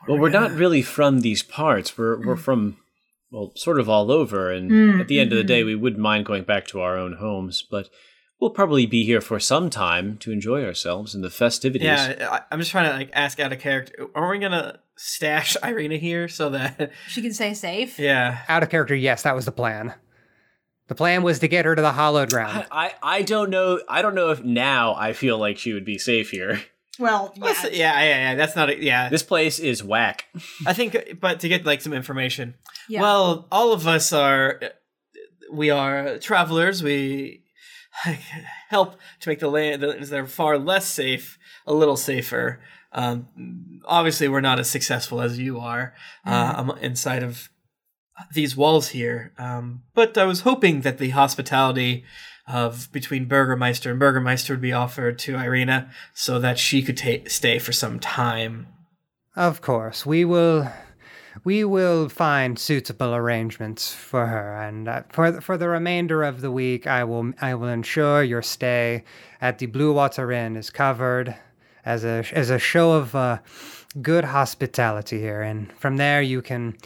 Speaker 5: Well, we're not really from these parts. We're we're from well, sort of all over. And
Speaker 3: Mm,
Speaker 5: at the end
Speaker 3: mm-hmm.
Speaker 5: of the day, we wouldn't mind going back to our own homes, but we'll probably be here for some time to enjoy ourselves and the festivities.
Speaker 3: Yeah, I, I'm just trying to like ask out of character. Are we gonna stash Irina here so that?
Speaker 2: She can stay safe.
Speaker 3: Yeah.
Speaker 1: Out of character, yes, that was the plan. The plan was to get her to the hollowed ground.
Speaker 5: I, I don't know I don't know if now I feel like she would be safe here.
Speaker 2: Well, yeah.
Speaker 3: That's- yeah, yeah, yeah. That's not. A, yeah,
Speaker 5: This place is whack.
Speaker 3: I think. But to get like some information.
Speaker 2: Yeah.
Speaker 3: Well, all of us are. We are travelers. We help to make the land that are far less safe a little safer. Um, obviously, we're not as successful as you are uh,
Speaker 2: Mm-hmm.
Speaker 3: um, inside of these walls here. Um, but I was hoping that the hospitality of between Burgermeister and Burgermeister would be offered to Irina so that she could ta- stay for some time.
Speaker 1: Of course, we will we will find suitable arrangements for her and uh, for the, for the remainder of the week I will I will ensure your stay at the Blue Water Inn is covered as a as a show of uh, good hospitality here and from there you can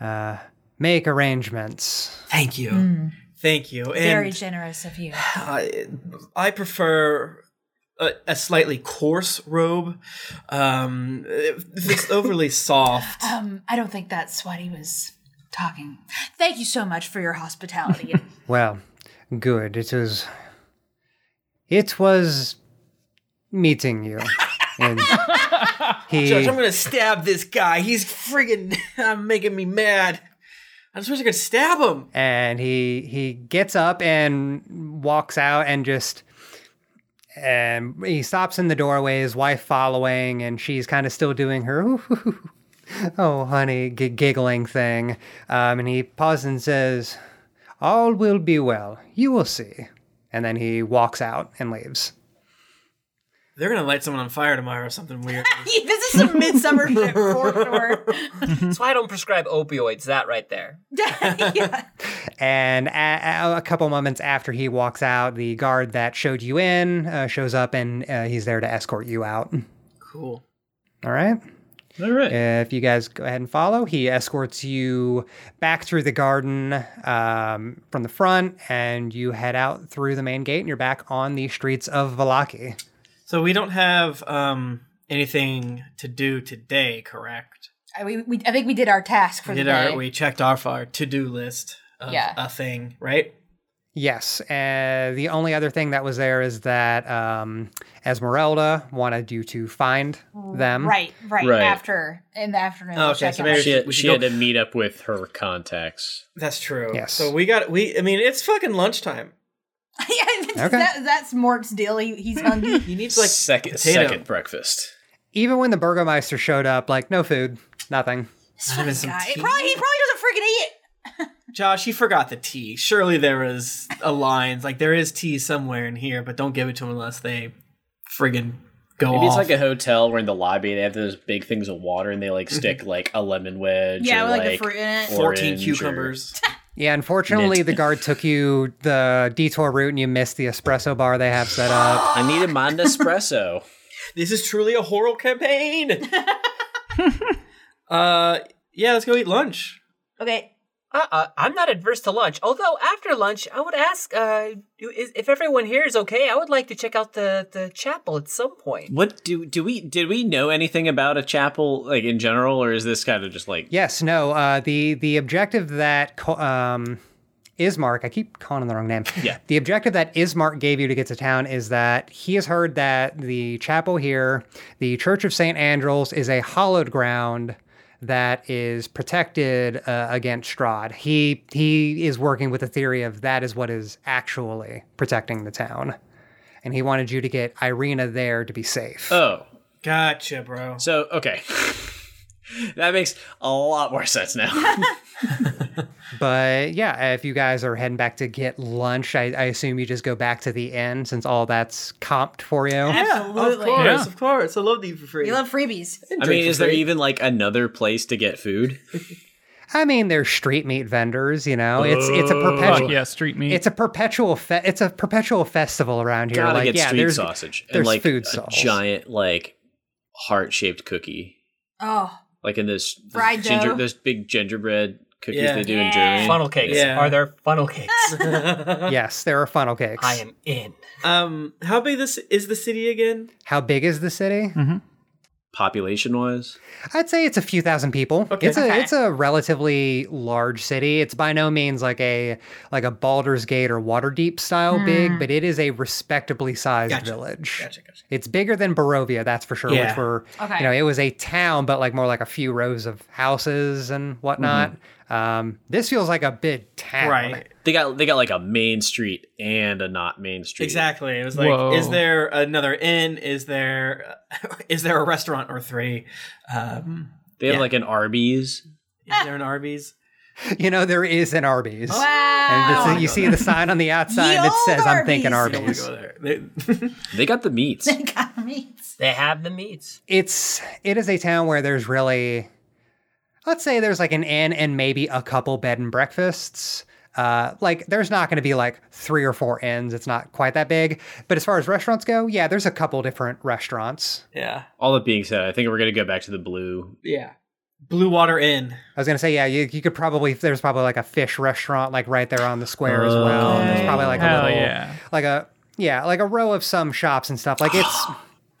Speaker 1: uh, make arrangements
Speaker 3: Thank you. Thank you.
Speaker 2: Mm. Very
Speaker 3: and
Speaker 2: generous of you.
Speaker 3: I, I prefer a, a slightly coarse robe. Um, if it's overly soft.
Speaker 2: Um, I don't think that's what he was talking. Thank you so much for your hospitality.
Speaker 1: Well, good. It was. It was meeting you. And he,
Speaker 3: Judge, I'm gonna stab this guy. He's friggin' making me mad. I just wish I could stab him.
Speaker 1: and he he gets up and walks out and just And he stops in the doorway, his wife following, and she's kind of still doing her, oh, honey, g- giggling thing. Um, and he pauses and says, All will be well. You will see. And then he walks out and leaves.
Speaker 3: They're gonna light someone on fire tomorrow or something weird.
Speaker 2: this is some midsummer shit for sure.
Speaker 7: That's why I don't prescribe opioids. That right there.
Speaker 1: And a, a- a couple moments after he walks out, the guard that showed you in uh, shows up and uh, he's there to escort you out.
Speaker 3: cool.
Speaker 1: All right.
Speaker 5: All right.
Speaker 1: If you guys go ahead and follow, he escorts you back through the garden um, from the front, and you head out through the main gate, and you're back on the streets of Valaki.
Speaker 3: So we don't have um, anything to do today, correct?
Speaker 2: I, we, we, I think we did our task for
Speaker 3: We
Speaker 2: the
Speaker 3: did
Speaker 2: day.
Speaker 3: our we checked off our to do list of
Speaker 2: Yeah.
Speaker 3: a thing, right?
Speaker 1: Yes, uh, the only other thing that was there is that um, Esmeralda wanted you to find them.
Speaker 2: Mm, Right, right,
Speaker 5: Right.
Speaker 2: after in the afternoon. we'll
Speaker 3: Okay,
Speaker 2: check
Speaker 3: so
Speaker 2: in.
Speaker 3: maybe-
Speaker 5: She, had,
Speaker 3: We should
Speaker 5: she had
Speaker 3: go-
Speaker 5: to meet up with her contacts.
Speaker 3: That's true.
Speaker 1: Yes.
Speaker 3: So we got we. I mean, it's fucking lunchtime.
Speaker 2: yeah,
Speaker 1: Okay.
Speaker 2: that, that's Mort's deal. He, he's hungry.
Speaker 3: He needs like
Speaker 5: second
Speaker 3: potato.
Speaker 5: second breakfast.
Speaker 1: Even when the Burgomeister showed up, like, no food, nothing.
Speaker 2: This fucking
Speaker 3: some
Speaker 2: guy.
Speaker 3: tea?
Speaker 2: Probably, he probably doesn't freaking eat.
Speaker 3: Josh, you forgot the tea. Surely there was a line like there is tea somewhere in here, but don't give it to them unless they friggin' go
Speaker 5: Maybe
Speaker 3: off.
Speaker 5: it's like a hotel. We're in the lobby and they have those big things of water and they like stick like a lemon wedge.
Speaker 2: Yeah,
Speaker 5: or,
Speaker 2: with, like, the fruit in it.
Speaker 3: 14
Speaker 5: orange or-
Speaker 3: cucumbers.
Speaker 1: Yeah, unfortunately,
Speaker 5: Knit.
Speaker 1: the guard took you the detour route, and you missed the espresso bar they have set up.
Speaker 5: I need a mind espresso.
Speaker 3: this is truly a horror campaign. uh, yeah, let's go eat lunch.
Speaker 2: Okay,
Speaker 7: Uh, uh, I'm not adverse to lunch. Although after lunch, I would ask uh, do- is, if everyone here is okay. I would like to check out the, the chapel at some point.
Speaker 5: What do do we did we know anything about a chapel like in general, or is this kind of just like
Speaker 1: Yes, no. Uh, the the objective that co- um, Ismark, I keep calling him the wrong name.
Speaker 5: Yeah.
Speaker 1: The objective that Ismark gave you to get to town is that he has heard that the chapel here, the Church of St. Andrels, is a hallowed ground that is protected uh, against Strahd. He he is working with the theory of that is what is actually protecting the town. And he wanted you to get Irina there to be safe.
Speaker 5: oh
Speaker 3: Gotcha, bro.
Speaker 5: so okay that makes a lot more sense now.
Speaker 1: But yeah, if you guys are heading back to get lunch, I, I assume you just go back to the inn since all that's comped for you.
Speaker 2: absolutely.
Speaker 3: Of course,
Speaker 6: Yeah.
Speaker 3: of course. I love thee for free.
Speaker 2: We love freebies.
Speaker 5: I mean, is there even like another place to get food?
Speaker 1: I mean, there's street meat vendors. You know, it's it's a
Speaker 5: Oh,
Speaker 6: Fuck
Speaker 1: perpetual
Speaker 6: yeah, street meat.
Speaker 1: it's a perpetual fe- it's a perpetual festival around here.
Speaker 5: Gotta
Speaker 1: like
Speaker 5: get
Speaker 1: yeah,
Speaker 5: street
Speaker 1: there's
Speaker 5: sausage and
Speaker 1: there's
Speaker 5: like
Speaker 1: food
Speaker 5: a
Speaker 1: stalls.
Speaker 5: giant like heart shaped cookie,
Speaker 2: Oh,
Speaker 5: like in this this
Speaker 2: Fried
Speaker 5: ginger,
Speaker 2: dough.
Speaker 5: those big gingerbread cookies
Speaker 3: Yeah.
Speaker 5: they do
Speaker 2: Yeah.
Speaker 5: in Germany.
Speaker 7: Funnel cakes.
Speaker 3: Yeah.
Speaker 7: Are there funnel cakes?
Speaker 1: yes, there are funnel cakes.
Speaker 7: I am in.
Speaker 3: um, how big this is the city again?
Speaker 1: How big is the city?
Speaker 5: Population wise,
Speaker 1: I'd say it's a few thousand people. It's a it's a relatively large city. It's by no means like a like a Baldur's Gate or Waterdeep style big, but it is a respectably sized village.
Speaker 3: Gotcha, gotcha.
Speaker 1: It's bigger than Barovia, that's for sure.
Speaker 3: Yeah.
Speaker 1: Which were,
Speaker 2: Okay.
Speaker 1: you know, it was a town, but like more like a few rows of houses and whatnot. Um, this feels like a big town,
Speaker 3: Mm-hmm. Right.
Speaker 5: they got they got like a main street and a not main street.
Speaker 3: Exactly. It was like,
Speaker 6: Whoa.
Speaker 3: is there another inn? Is there, is there a restaurant or three? Um,
Speaker 5: They have
Speaker 3: Yeah.
Speaker 5: like an Arby's.
Speaker 3: is there an Arby's?
Speaker 1: You know, there is an Arby's, and
Speaker 2: wow.
Speaker 3: Oh
Speaker 1: this- you see the sign on the outside
Speaker 2: Ye
Speaker 1: that
Speaker 2: olde
Speaker 1: says, "I'm thinking
Speaker 2: Arby's."
Speaker 3: Don't wanna
Speaker 1: Arby's."
Speaker 3: go there. They-
Speaker 5: They got the meats.
Speaker 2: Got me.
Speaker 7: They have the meats.
Speaker 1: it's it is a town where there's really let's say there's like an inn and maybe a couple bed and breakfasts uh, like there's not going to be like three or four inns it's not quite that big but as far as restaurants go yeah there's a couple different restaurants
Speaker 3: yeah.
Speaker 5: All that being said, I think we're gonna go back to the blue.
Speaker 3: Yeah. Blue Water Inn.
Speaker 1: i was going to say yeah you, you could probably there's probably like a fish restaurant like right there on the square as well and there's probably like a
Speaker 6: Hell
Speaker 1: little
Speaker 6: yeah.
Speaker 1: like a yeah like a row of some shops and stuff like it's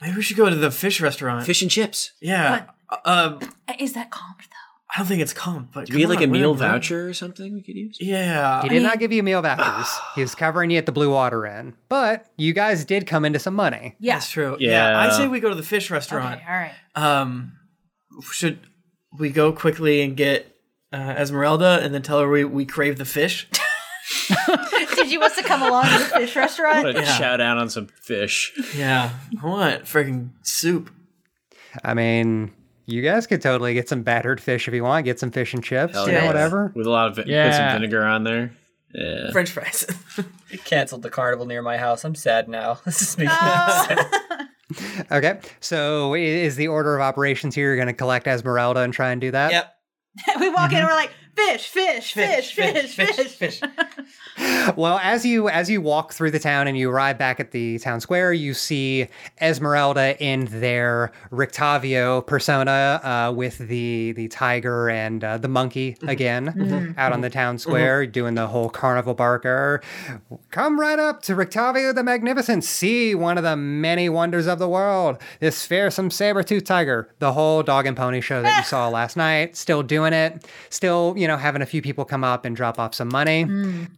Speaker 3: Maybe we should go to the fish restaurant.
Speaker 5: Fish and chips.
Speaker 3: Yeah. Uh,
Speaker 2: Is that comped though?
Speaker 3: I don't think it's calm, but
Speaker 5: Do we have
Speaker 3: come
Speaker 5: like a
Speaker 3: on, we're
Speaker 5: meal
Speaker 3: in Rome.
Speaker 5: voucher or something we could use?
Speaker 1: he
Speaker 3: Yeah.
Speaker 1: did not give you meal vouchers he was covering you at the blue water inn but you guys did come into some money
Speaker 2: Yeah.
Speaker 3: That's true.
Speaker 5: Yeah.
Speaker 3: I say we go to the fish
Speaker 2: okay.
Speaker 3: restaurant.
Speaker 2: All right.
Speaker 3: Um, should we go quickly and get uh, Esmeralda and then tell her we, we crave the fish?
Speaker 2: Did you want to come along to the fish
Speaker 5: I
Speaker 2: restaurant?
Speaker 5: want to chow down on some fish.
Speaker 3: Yeah, I want freaking soup.
Speaker 1: I mean, you guys could totally get some battered fish if you want. Get some fish and chips,
Speaker 5: Hell
Speaker 1: you know,
Speaker 5: yeah.
Speaker 1: whatever.
Speaker 5: With a lot of vi- put
Speaker 6: Yeah.
Speaker 5: some vinegar on there. Yeah.
Speaker 3: French fries.
Speaker 7: They canceled the carnival near my house. I'm sad now. This is making
Speaker 1: Okay, so i- is the order of operations here? You're going to collect Esmeralda and try and do that.
Speaker 3: yep.
Speaker 2: we walk in and we're like, fish, fish, fish, fish, fish.
Speaker 3: fish.
Speaker 1: Well, as you as you walk through the town and you arrive back at the town square, you see Esmeralda in their Rictavio persona uh, with the the tiger and uh, the monkey again out on the town square doing the whole carnival barker. Come right up to Rictavio the Magnificent, see one of the many wonders of the world. This fearsome saber-toothed tiger, the whole dog and pony show that you saw last night, still doing it, still you know having a few people come up and drop off some money.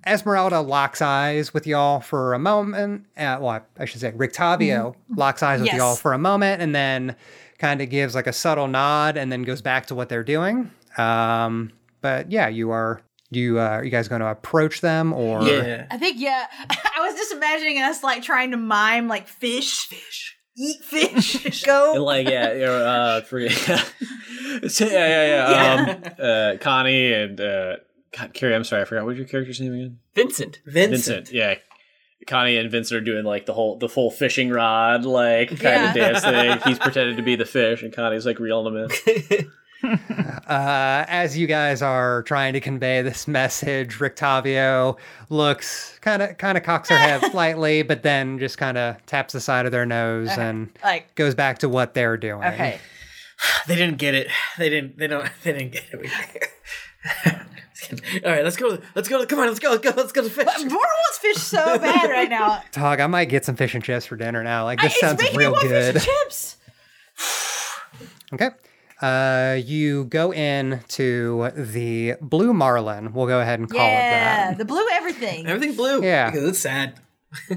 Speaker 1: Esmeralda locks eyes with y'all for a moment. Uh, well, I, I should say Rictavio locks eyes with
Speaker 2: Mm-hmm. Yes.
Speaker 1: y'all for a moment and then kind of gives like a subtle nod and then goes back to what they're doing. Um, but yeah, you are you uh, are you guys going to approach them or
Speaker 3: Yeah.
Speaker 2: I think yeah. I was just imagining us like trying to mime like fish, fish, eat fish,
Speaker 5: And
Speaker 2: go.
Speaker 5: like yeah, you're, uh, for, yeah, yeah, yeah, yeah. Um, uh, Connie and uh, God, Carrie. I'm sorry, I forgot what your character's name again.
Speaker 7: Vincent.
Speaker 5: Vincent. Yeah. Connie and Vincent are doing like the whole the full fishing rod like kind
Speaker 2: Yeah.
Speaker 5: of dance thing. He's pretending to be the fish, and Connie's like reeling him in.
Speaker 1: uh, as you guys are trying to convey this message, Rictavio looks kind of kind of cocks her head slightly, but then just kind of taps the side of their nose and
Speaker 2: Like
Speaker 1: goes back to what they're doing.
Speaker 2: okay,
Speaker 3: They didn't get it. They didn't. They don't. They didn't get it. All right, let's go. Let's go. Come on, let's go. Let's go. Let's go to fish.
Speaker 2: But Bora wants fish so bad right now.
Speaker 1: Dog, I might get some fish and chips for dinner now. Like this sounds
Speaker 2: it's making
Speaker 1: real
Speaker 2: me want
Speaker 1: good.
Speaker 2: fish and chips.
Speaker 1: Okay. Uh, you go in to the blue marlin. We'll go ahead and call
Speaker 2: Yeah,
Speaker 1: it
Speaker 2: the blue everything.
Speaker 3: Everything blue.
Speaker 1: Yeah.
Speaker 3: Because it's sad. and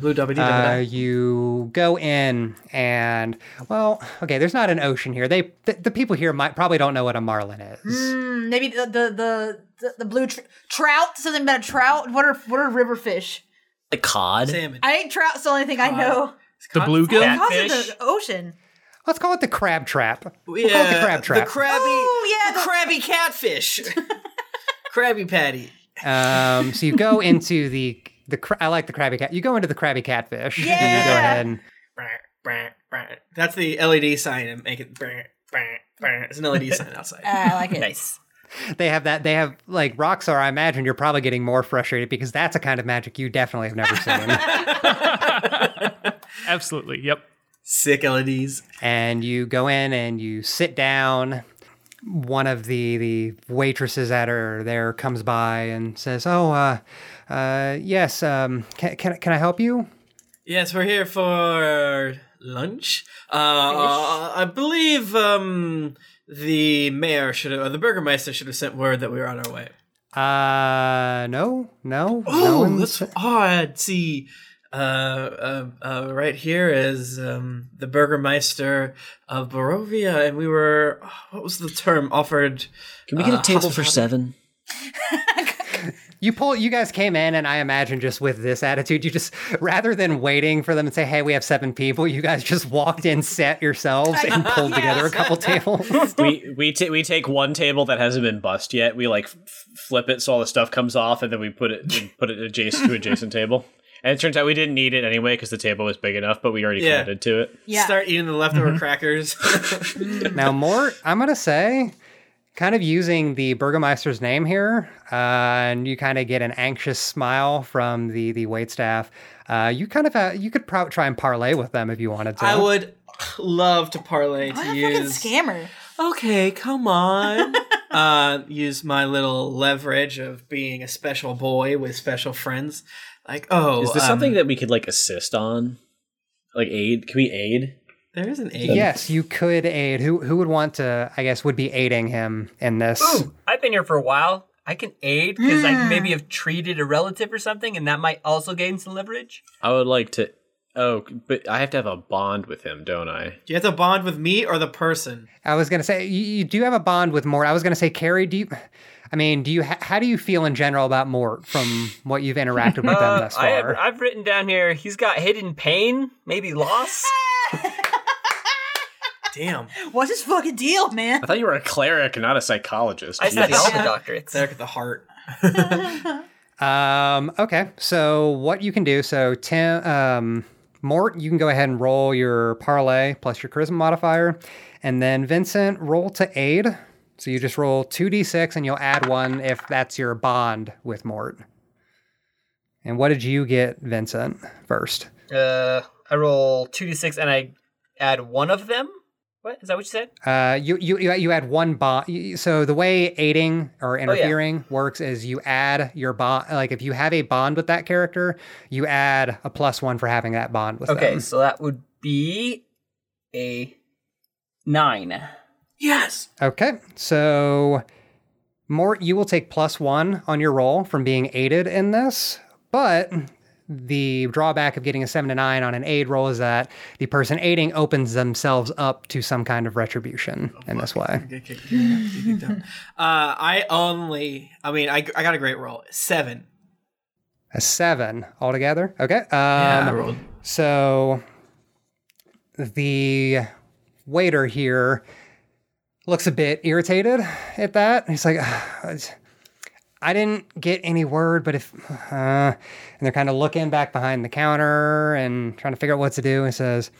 Speaker 3: blue W E. D.
Speaker 1: that. Uh, you go in and well, okay. There's not an ocean here. They th- the people here might probably don't know what a marlin is.
Speaker 2: Mm, maybe the the the, the, the blue tr- trout. Something about a trout. What are what are river fish?
Speaker 5: The cod.
Speaker 3: Salmon.
Speaker 2: I think trout's the only thing I know.
Speaker 6: The bluegill?
Speaker 2: Because of the ocean.
Speaker 1: Let's call it the crab trap.
Speaker 3: Yeah.
Speaker 1: We'll call it the crab trap.
Speaker 3: The crabby.
Speaker 2: Oh, yeah,
Speaker 3: The,
Speaker 2: the-
Speaker 3: crabby catfish. crabby patty.
Speaker 1: um, so you go into the the cra- I like the crabby cat. You go into the crabby catfish. And then you go
Speaker 2: Yeah.
Speaker 1: ahead and
Speaker 3: Brr, brr, brr. That's the LED sign and make it. brr, brr, brr. It's an LED sign outside.
Speaker 2: Uh, I like it.
Speaker 7: Nice.
Speaker 1: they have that they have like Roxar, I imagine you're probably getting more frustrated because that's a kind of magic you definitely have never seen.
Speaker 6: Absolutely. Yep.
Speaker 3: Sick E LEDs.
Speaker 1: and you go in and you sit down. One of the the waitresses that are there comes by and says, "Oh, uh, uh, yes, um, can, can I- can I help you?"
Speaker 3: Yes, we're here for lunch. Uh, uh, I believe um, the mayor should have, or the burgermeister should have sent word that we were on our way.
Speaker 1: Uh, no, no, no
Speaker 3: Oh,
Speaker 1: one
Speaker 3: that's odd. See, uh, uh, uh, right here is um, the Burgermeister of Barovia, and we were oh, what was the term offered?
Speaker 5: Can we get
Speaker 7: Ah.
Speaker 3: Uh,
Speaker 5: a table for
Speaker 3: hospitality.
Speaker 5: seven?
Speaker 1: You pull. You guys came in, and I imagine just with this attitude, you just rather than waiting for them and say, "Hey, we have seven people," you guys just walked in, sat yourselves, and pulled together a couple tables.
Speaker 5: we we ta- we take one table that hasn't been bussed yet. We like f- flip it so all the stuff comes off, and then we put it we put it adjacent to adjacent table. And it turns out we didn't need it anyway because the table was big enough, but we already
Speaker 3: Yeah. Mm-hmm.
Speaker 5: committed to it.
Speaker 2: Yeah.
Speaker 3: Start eating the leftover crackers.
Speaker 1: now, more. I'm gonna say, kind of using the burgomeister's name here, uh, and you kind of get an anxious smile from the the wait staff. Uh, you kind of uh, you could probably try and parlay with them if you wanted to.
Speaker 3: I would love to parlay
Speaker 2: What
Speaker 3: to
Speaker 2: a
Speaker 3: use.
Speaker 2: fucking scammer.
Speaker 3: Okay, come on. uh, use my little leverage of being a special boy with special friends. Like, oh,
Speaker 5: Is this
Speaker 3: um,
Speaker 5: something that we could like assist on? Like aid? Can we aid?
Speaker 3: there is an eight?
Speaker 1: Yes, you could aid. Who who would want to? I guess would be aiding him in this.
Speaker 7: Ooh, I've been here for a while. I can aid because I maybe have treated a relative or something, and that might also gain some leverage.
Speaker 5: I would like to. Oh, but I have to have a bond with him, don't I?
Speaker 3: Do you have to bond with me or the person?
Speaker 1: I was gonna say you, you do have a bond with more. I was gonna say Carrie. Do you? I mean, do you ha- how do you feel in general about Mort from what you've interacted with them
Speaker 7: Uh,
Speaker 1: thus
Speaker 7: I have,
Speaker 1: far?
Speaker 7: I've written down here he's got hidden pain, maybe loss.
Speaker 3: Damn.
Speaker 2: What's his fucking deal, man?
Speaker 5: I thought you were a cleric, not a psychologist.
Speaker 7: I studied
Speaker 5: Jesus.
Speaker 7: all the doctorates.
Speaker 3: Cleric at the heart.
Speaker 1: Um, okay, so what you can do, so Tim, um, Mort, you can go ahead and roll your parlay plus your charisma modifier, and then Vincent, roll to aid. So you just roll two d6 and you'll add one if that's your bond with Mort. And what did you get, Vincent? First,
Speaker 7: Uh, I roll two d six and I add one of them. What is that? What you said?
Speaker 1: uh, you you you you add one bond. So the way aiding
Speaker 3: Oh,
Speaker 1: or interfering works is you add your bond. Like if you have a bond with that character, you add a plus one for having that bond with
Speaker 7: Okay,
Speaker 1: them.
Speaker 7: so that would be a nine.
Speaker 3: Yes.
Speaker 1: Okay, so Mort, you will take plus one on your roll from being aided in this, but the drawback of getting a seven to nine on an aid roll is that the person aiding opens themselves up to some kind of retribution
Speaker 3: Oh,
Speaker 1: in this way.
Speaker 3: Get kicked- you're gonna get kicked out. Uh, I only, I mean, I, I got a great roll. Seven.
Speaker 1: A seven altogether. Okay. Um,
Speaker 3: Yeah, I rolled.
Speaker 1: So the waiter here looks a bit irritated at that. He's like, "Ugh, I didn't get any word, but if, uh, and they're kind of looking back behind the counter and trying to figure out what to do. And says,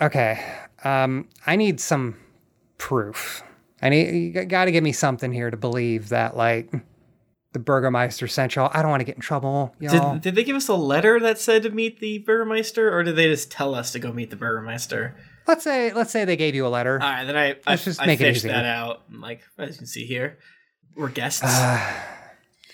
Speaker 1: okay, um, I need some proof. I need, you got to give me something here to believe that like the Burgermeister sent y'all. I don't want to get in trouble. Y'all.
Speaker 3: Did, did they give us a letter that said to meet the Burgermeister, or did they just tell us to go meet the Burgermeister?
Speaker 1: Let's say, let's say they gave you a letter.
Speaker 3: All right, then I I,
Speaker 1: Let's just
Speaker 3: I
Speaker 1: make it
Speaker 3: fished
Speaker 1: easier.
Speaker 3: that out. I'm like, as you can see here, we're guests.
Speaker 1: Uh.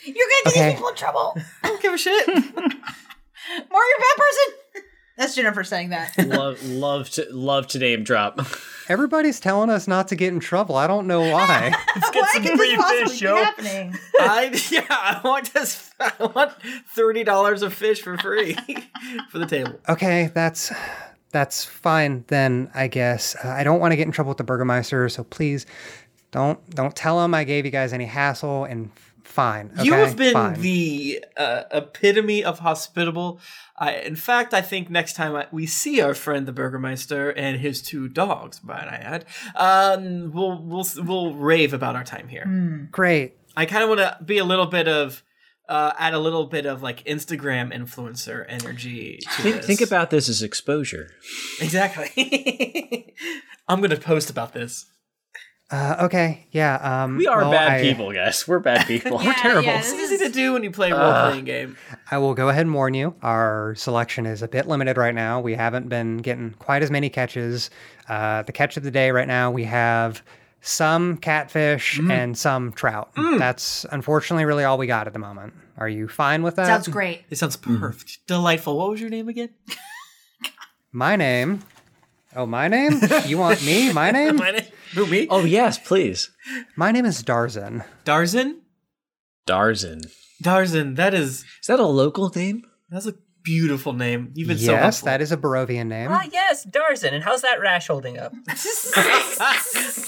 Speaker 2: You're gonna get
Speaker 1: Okay.
Speaker 2: these people in trouble.
Speaker 3: I don't give a shit.
Speaker 2: More you're a bad person. That's Jennifer saying that.
Speaker 5: love, love to love to name drop.
Speaker 1: Everybody's telling us not to get in trouble. I don't know why.
Speaker 2: Why could this
Speaker 4: brief
Speaker 2: possibly
Speaker 4: finish,
Speaker 2: be
Speaker 4: yo.
Speaker 2: happening?
Speaker 3: I yeah, I want this. I want thirty dollars of fish for free for the table.
Speaker 1: okay, that's that's fine then, I guess. Uh, I don't want to get in trouble with the burgermeister, so please don't don't tell him I gave you guys any hassle and f- fine.
Speaker 3: you
Speaker 1: okay?
Speaker 3: have been
Speaker 1: Fine.
Speaker 3: the uh, epitome of hospitable. I, in fact, I think next time I, we see our friend the Burgermeister and his two dogs, might I add, um, we'll we'll we'll rave about our time here.
Speaker 1: great.
Speaker 3: I kind of want to be a little bit of. Uh, add a little bit of like Instagram influencer energy. To
Speaker 5: think,
Speaker 3: this.
Speaker 5: think about this as exposure.
Speaker 3: exactly. I'm gonna post about this.
Speaker 1: Uh, okay, yeah. Um,
Speaker 5: We are
Speaker 1: well,
Speaker 5: bad
Speaker 1: I-
Speaker 5: people, guys. We're bad people. We're terrible.
Speaker 2: Yeah,
Speaker 3: It's
Speaker 2: this
Speaker 3: easy to
Speaker 2: is,
Speaker 3: do when you play
Speaker 5: Uh.
Speaker 3: a role playing game.
Speaker 1: I will go ahead and warn you. Our selection is a bit limited right now. We haven't been getting quite as many catches. Uh, the catch of the day right now, we have some catfish and some trout. That's unfortunately really all we got at the moment. Are you fine with that?
Speaker 2: sounds great.
Speaker 3: It sounds perfect, Mm. delightful. What was your name again?
Speaker 1: My name. Oh, my name? You want me? My name?
Speaker 3: Who me?
Speaker 5: Oh yes, please.
Speaker 1: My name is Darzan.
Speaker 3: Darzin.
Speaker 5: Darzin.
Speaker 3: Darzin. That is
Speaker 5: Is that a local name?
Speaker 3: that's a beautiful name. You've been so
Speaker 1: yes,
Speaker 3: helpful.
Speaker 1: that is a Barovian name.
Speaker 7: Ah, yes, Darzin. And how's that rash holding up?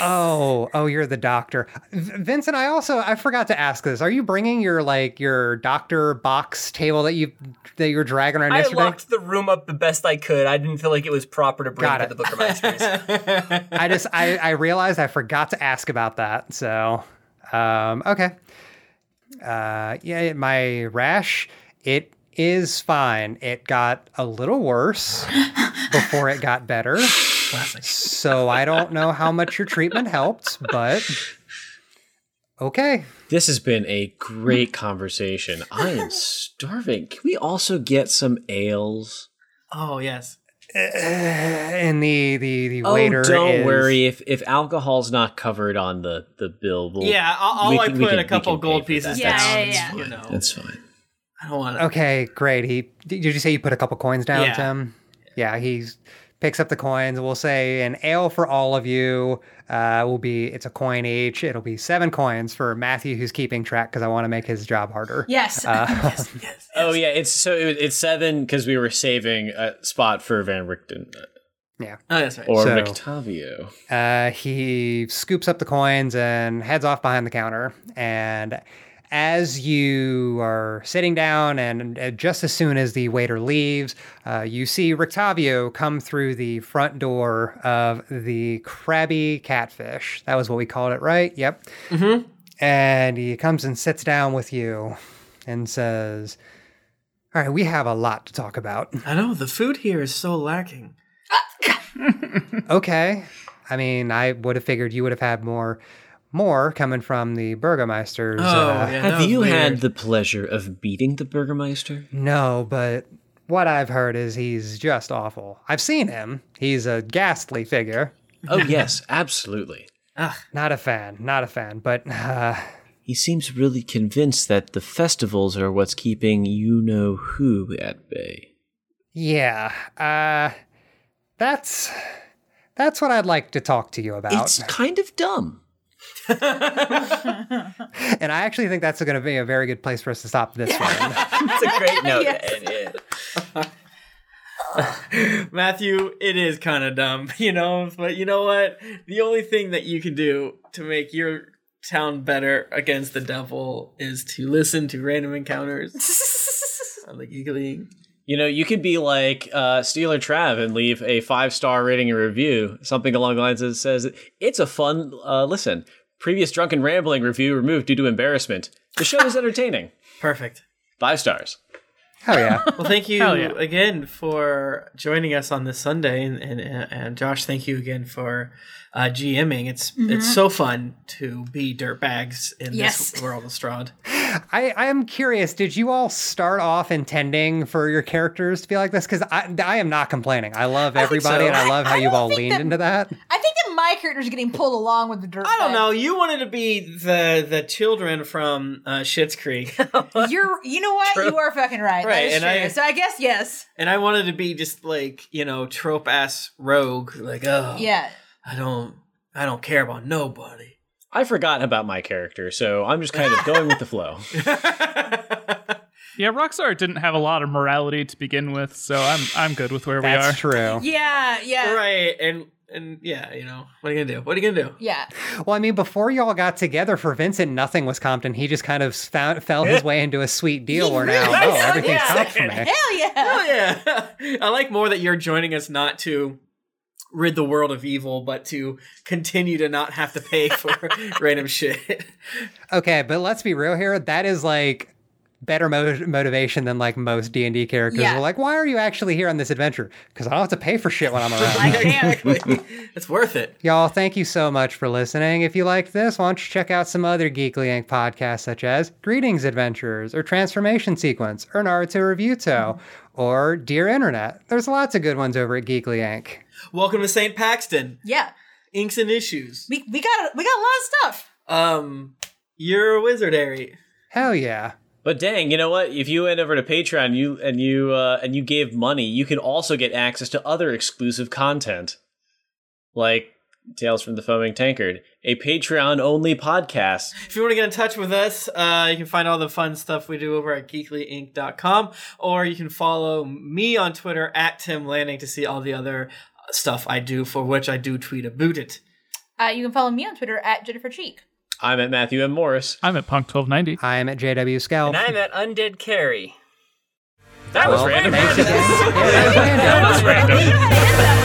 Speaker 1: Oh, oh, you're the doctor, v- Vincent. I also I forgot to ask this. Are you bringing your like your doctor box table that you that you were dragging around
Speaker 7: I
Speaker 1: yesterday?
Speaker 7: locked the room up the best I could. I didn't feel like it was proper to bring
Speaker 1: Got
Speaker 7: to
Speaker 1: it.
Speaker 7: the Bookermasters.
Speaker 1: I just I I realized I forgot to ask about that. So, um, okay. Uh, yeah, my rash it is fine. It got a little worse before it got better. So I don't know how much your treatment helped, but okay.
Speaker 5: This has been a
Speaker 1: Hmm.
Speaker 5: great conversation. I am starving. Can we also get some ales?
Speaker 3: oh yes.
Speaker 1: Eh, and the the the waiter.
Speaker 5: oh, don't
Speaker 1: is-
Speaker 5: worry. If if alcohol's not covered on the the bill, we'll,
Speaker 3: Yeah, I'll,
Speaker 5: we
Speaker 3: I'll like
Speaker 5: can- we
Speaker 3: put
Speaker 5: can-
Speaker 3: a
Speaker 5: we
Speaker 3: couple
Speaker 5: can pay
Speaker 3: gold
Speaker 5: for
Speaker 3: pieces
Speaker 5: that.
Speaker 2: Yeah,
Speaker 3: down.
Speaker 2: yeah, yeah.
Speaker 3: You know,
Speaker 5: that's fine.
Speaker 3: I don't want to.
Speaker 1: Okay, great. He did you say you put a couple coins down,
Speaker 3: Yeah.
Speaker 1: Tim? Yeah, he picks up the coins. We'll say an ale for all of you. Uh, will be it's a coin each. It'll be seven coins for Matthew, who's keeping track because I want to make his job harder.
Speaker 2: Yes.
Speaker 5: Oh yeah, it's so it, it's seven because we were saving a spot for Van Richten.
Speaker 1: Yeah.
Speaker 3: Oh, that's right.
Speaker 5: Or
Speaker 1: So-
Speaker 5: Mictavio.
Speaker 1: Uh, he scoops up the coins and heads off behind the counter. And as you are sitting down, and uh, just as soon as the waiter leaves, uh, you see Rictavio come through the front door of the Krabby Catfish. That was what we called it, right? Yep. Mm-hmm. And he comes and sits down with you and says, All right, we have a lot to talk about.
Speaker 3: I know the food here is so lacking.
Speaker 1: okay. I mean, I would have figured you would have had more, more coming from the Burgermeisters.
Speaker 3: Oh,
Speaker 1: uh,
Speaker 3: yeah, that
Speaker 5: Have
Speaker 3: was
Speaker 5: you
Speaker 3: weird.
Speaker 5: had the pleasure of beating the Burgermeister?
Speaker 1: No, but what I've heard is he's just awful. I've seen him. He's a ghastly figure.
Speaker 5: Oh yes, absolutely.
Speaker 1: Not a fan. Not a fan. But uh,
Speaker 5: He seems really convinced that the festivals are what's keeping you know who at bay.
Speaker 1: yeah, uh, that's that's what I'd like to talk to you about.
Speaker 5: It's kind of dumb.
Speaker 1: and I actually think that's going to be a very good place for us to stop this one.
Speaker 7: That's a great note.
Speaker 2: Yes.
Speaker 7: It is.
Speaker 3: Matthew, it is kind of dumb, you know, but you know what? The only thing that you can do to make your town better against the devil is to listen to random encounters. I'm like giggling.
Speaker 5: You know, you could be like uh, Steeler Trav and leave a five star rating and review, something along the lines that says, It's a fun uh, listen. Previous drunken rambling review removed due to embarrassment. The show is entertaining.
Speaker 3: Perfect.
Speaker 5: Five stars.
Speaker 1: Oh yeah.
Speaker 3: Well, thank you
Speaker 6: Hell yeah.
Speaker 3: again for joining us on this Sunday, and and, and Josh, thank you again for uh, GMing. It's
Speaker 2: Mm-hmm.
Speaker 3: it's so fun to be dirtbags in
Speaker 2: Yes.
Speaker 3: this world of Strahd.
Speaker 1: I, I am curious. Did you all start off intending for your characters to be like this? Because I, I am not complaining. I love everybody,
Speaker 3: so.
Speaker 1: and I love how
Speaker 2: I- I
Speaker 1: you've
Speaker 2: don't
Speaker 1: all
Speaker 2: think
Speaker 1: leaned
Speaker 2: that-
Speaker 1: into that.
Speaker 2: I think that my character's getting pulled along with the dirt.
Speaker 3: I don't know. You wanted to be the the children from uh, Schitt's Creek,
Speaker 2: know. You're, you know what? You are fucking right.
Speaker 3: Right,
Speaker 2: That is
Speaker 3: and
Speaker 2: true.
Speaker 3: I-
Speaker 2: so I guess yes.
Speaker 3: and I wanted to be just like you know trope ass rogue. Like oh
Speaker 2: Yeah.
Speaker 3: I don't I don't care about nobody.
Speaker 5: I forgot about my character, so I'm just kind of going with the flow.
Speaker 6: Yeah, Rockstar didn't have a lot of morality to begin with, so I'm I'm good with where we are.
Speaker 1: That's true.
Speaker 2: Yeah. Yeah.
Speaker 3: right, and and yeah, you know what are you gonna do? What are you gonna do?
Speaker 2: Yeah.
Speaker 1: Well, I mean, before you all got together for Vincent, nothing was Compton. He just kind of found, fell his way into a sweet deal where now,
Speaker 2: really
Speaker 1: oh,
Speaker 2: did,
Speaker 1: everything's
Speaker 2: yeah.
Speaker 1: comp for me.
Speaker 2: Hell yeah.
Speaker 3: Oh yeah, I like more that you're joining us not to rid the world of evil, but to continue to not have to pay for random shit.
Speaker 1: Okay, but let's be real here. That is like better mo- motivation than like most D and D characters.
Speaker 2: Yeah.
Speaker 1: We're like, why are you actually here on this adventure? Because I don't have to pay for shit when I'm around.
Speaker 2: I can't.
Speaker 3: it's worth it.
Speaker 1: Y'all, thank you so much for listening. If you liked this, why don't you check out some other Geekly Inc. podcasts such as Greetings Adventurers or Transformation Sequence or Naruto Revuto
Speaker 7: Mm-hmm.
Speaker 1: or Dear Internet. There's lots of good ones over at Geekly Inc.
Speaker 3: Welcome to St. Paxton.
Speaker 2: Yeah.
Speaker 3: Inks and issues.
Speaker 2: We, we got we got a lot of stuff.
Speaker 3: Um, you're a wizard, Ari.
Speaker 1: Hell yeah.
Speaker 5: But dang, you know what? If you went over to Patreon you and you uh, and you gave money, you can also get access to other exclusive content, like Tales from the Foaming Tankard, a Patreon-only podcast.
Speaker 3: If you want to get in touch with us, uh, you can find all the fun stuff we do over at geeklyinc.com, or you can follow me on Twitter at Tim Lanning to see all the other stuff I do, for which I do tweet about it.
Speaker 2: Uh, you can follow me on Twitter at Jennifer Cheek.
Speaker 5: I'm at Matthew M. Morris.
Speaker 6: I'm at Punk 1290.
Speaker 1: I'm at JW Scalp.
Speaker 7: And I'm at Undead Carrie.
Speaker 4: That was
Speaker 5: Well,
Speaker 4: random.
Speaker 1: Thanks again. Yeah, that's random.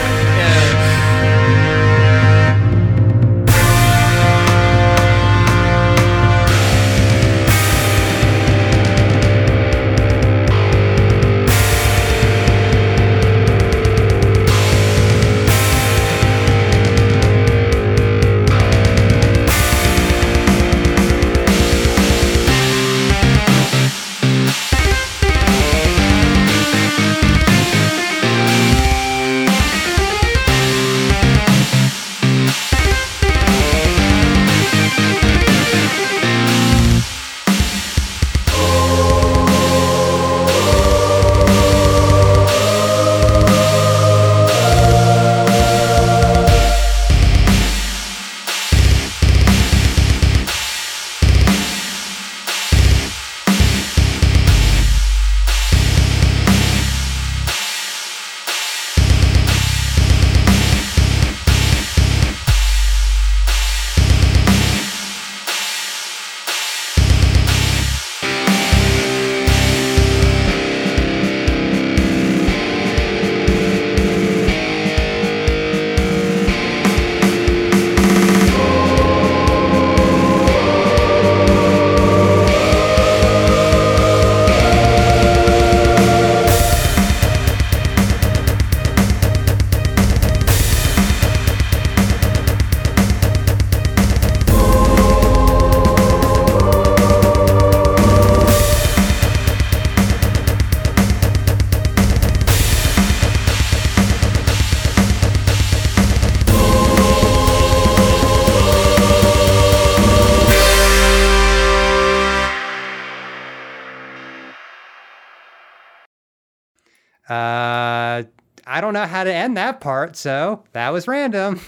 Speaker 1: Uh, I don't know how to end that part, so that was random.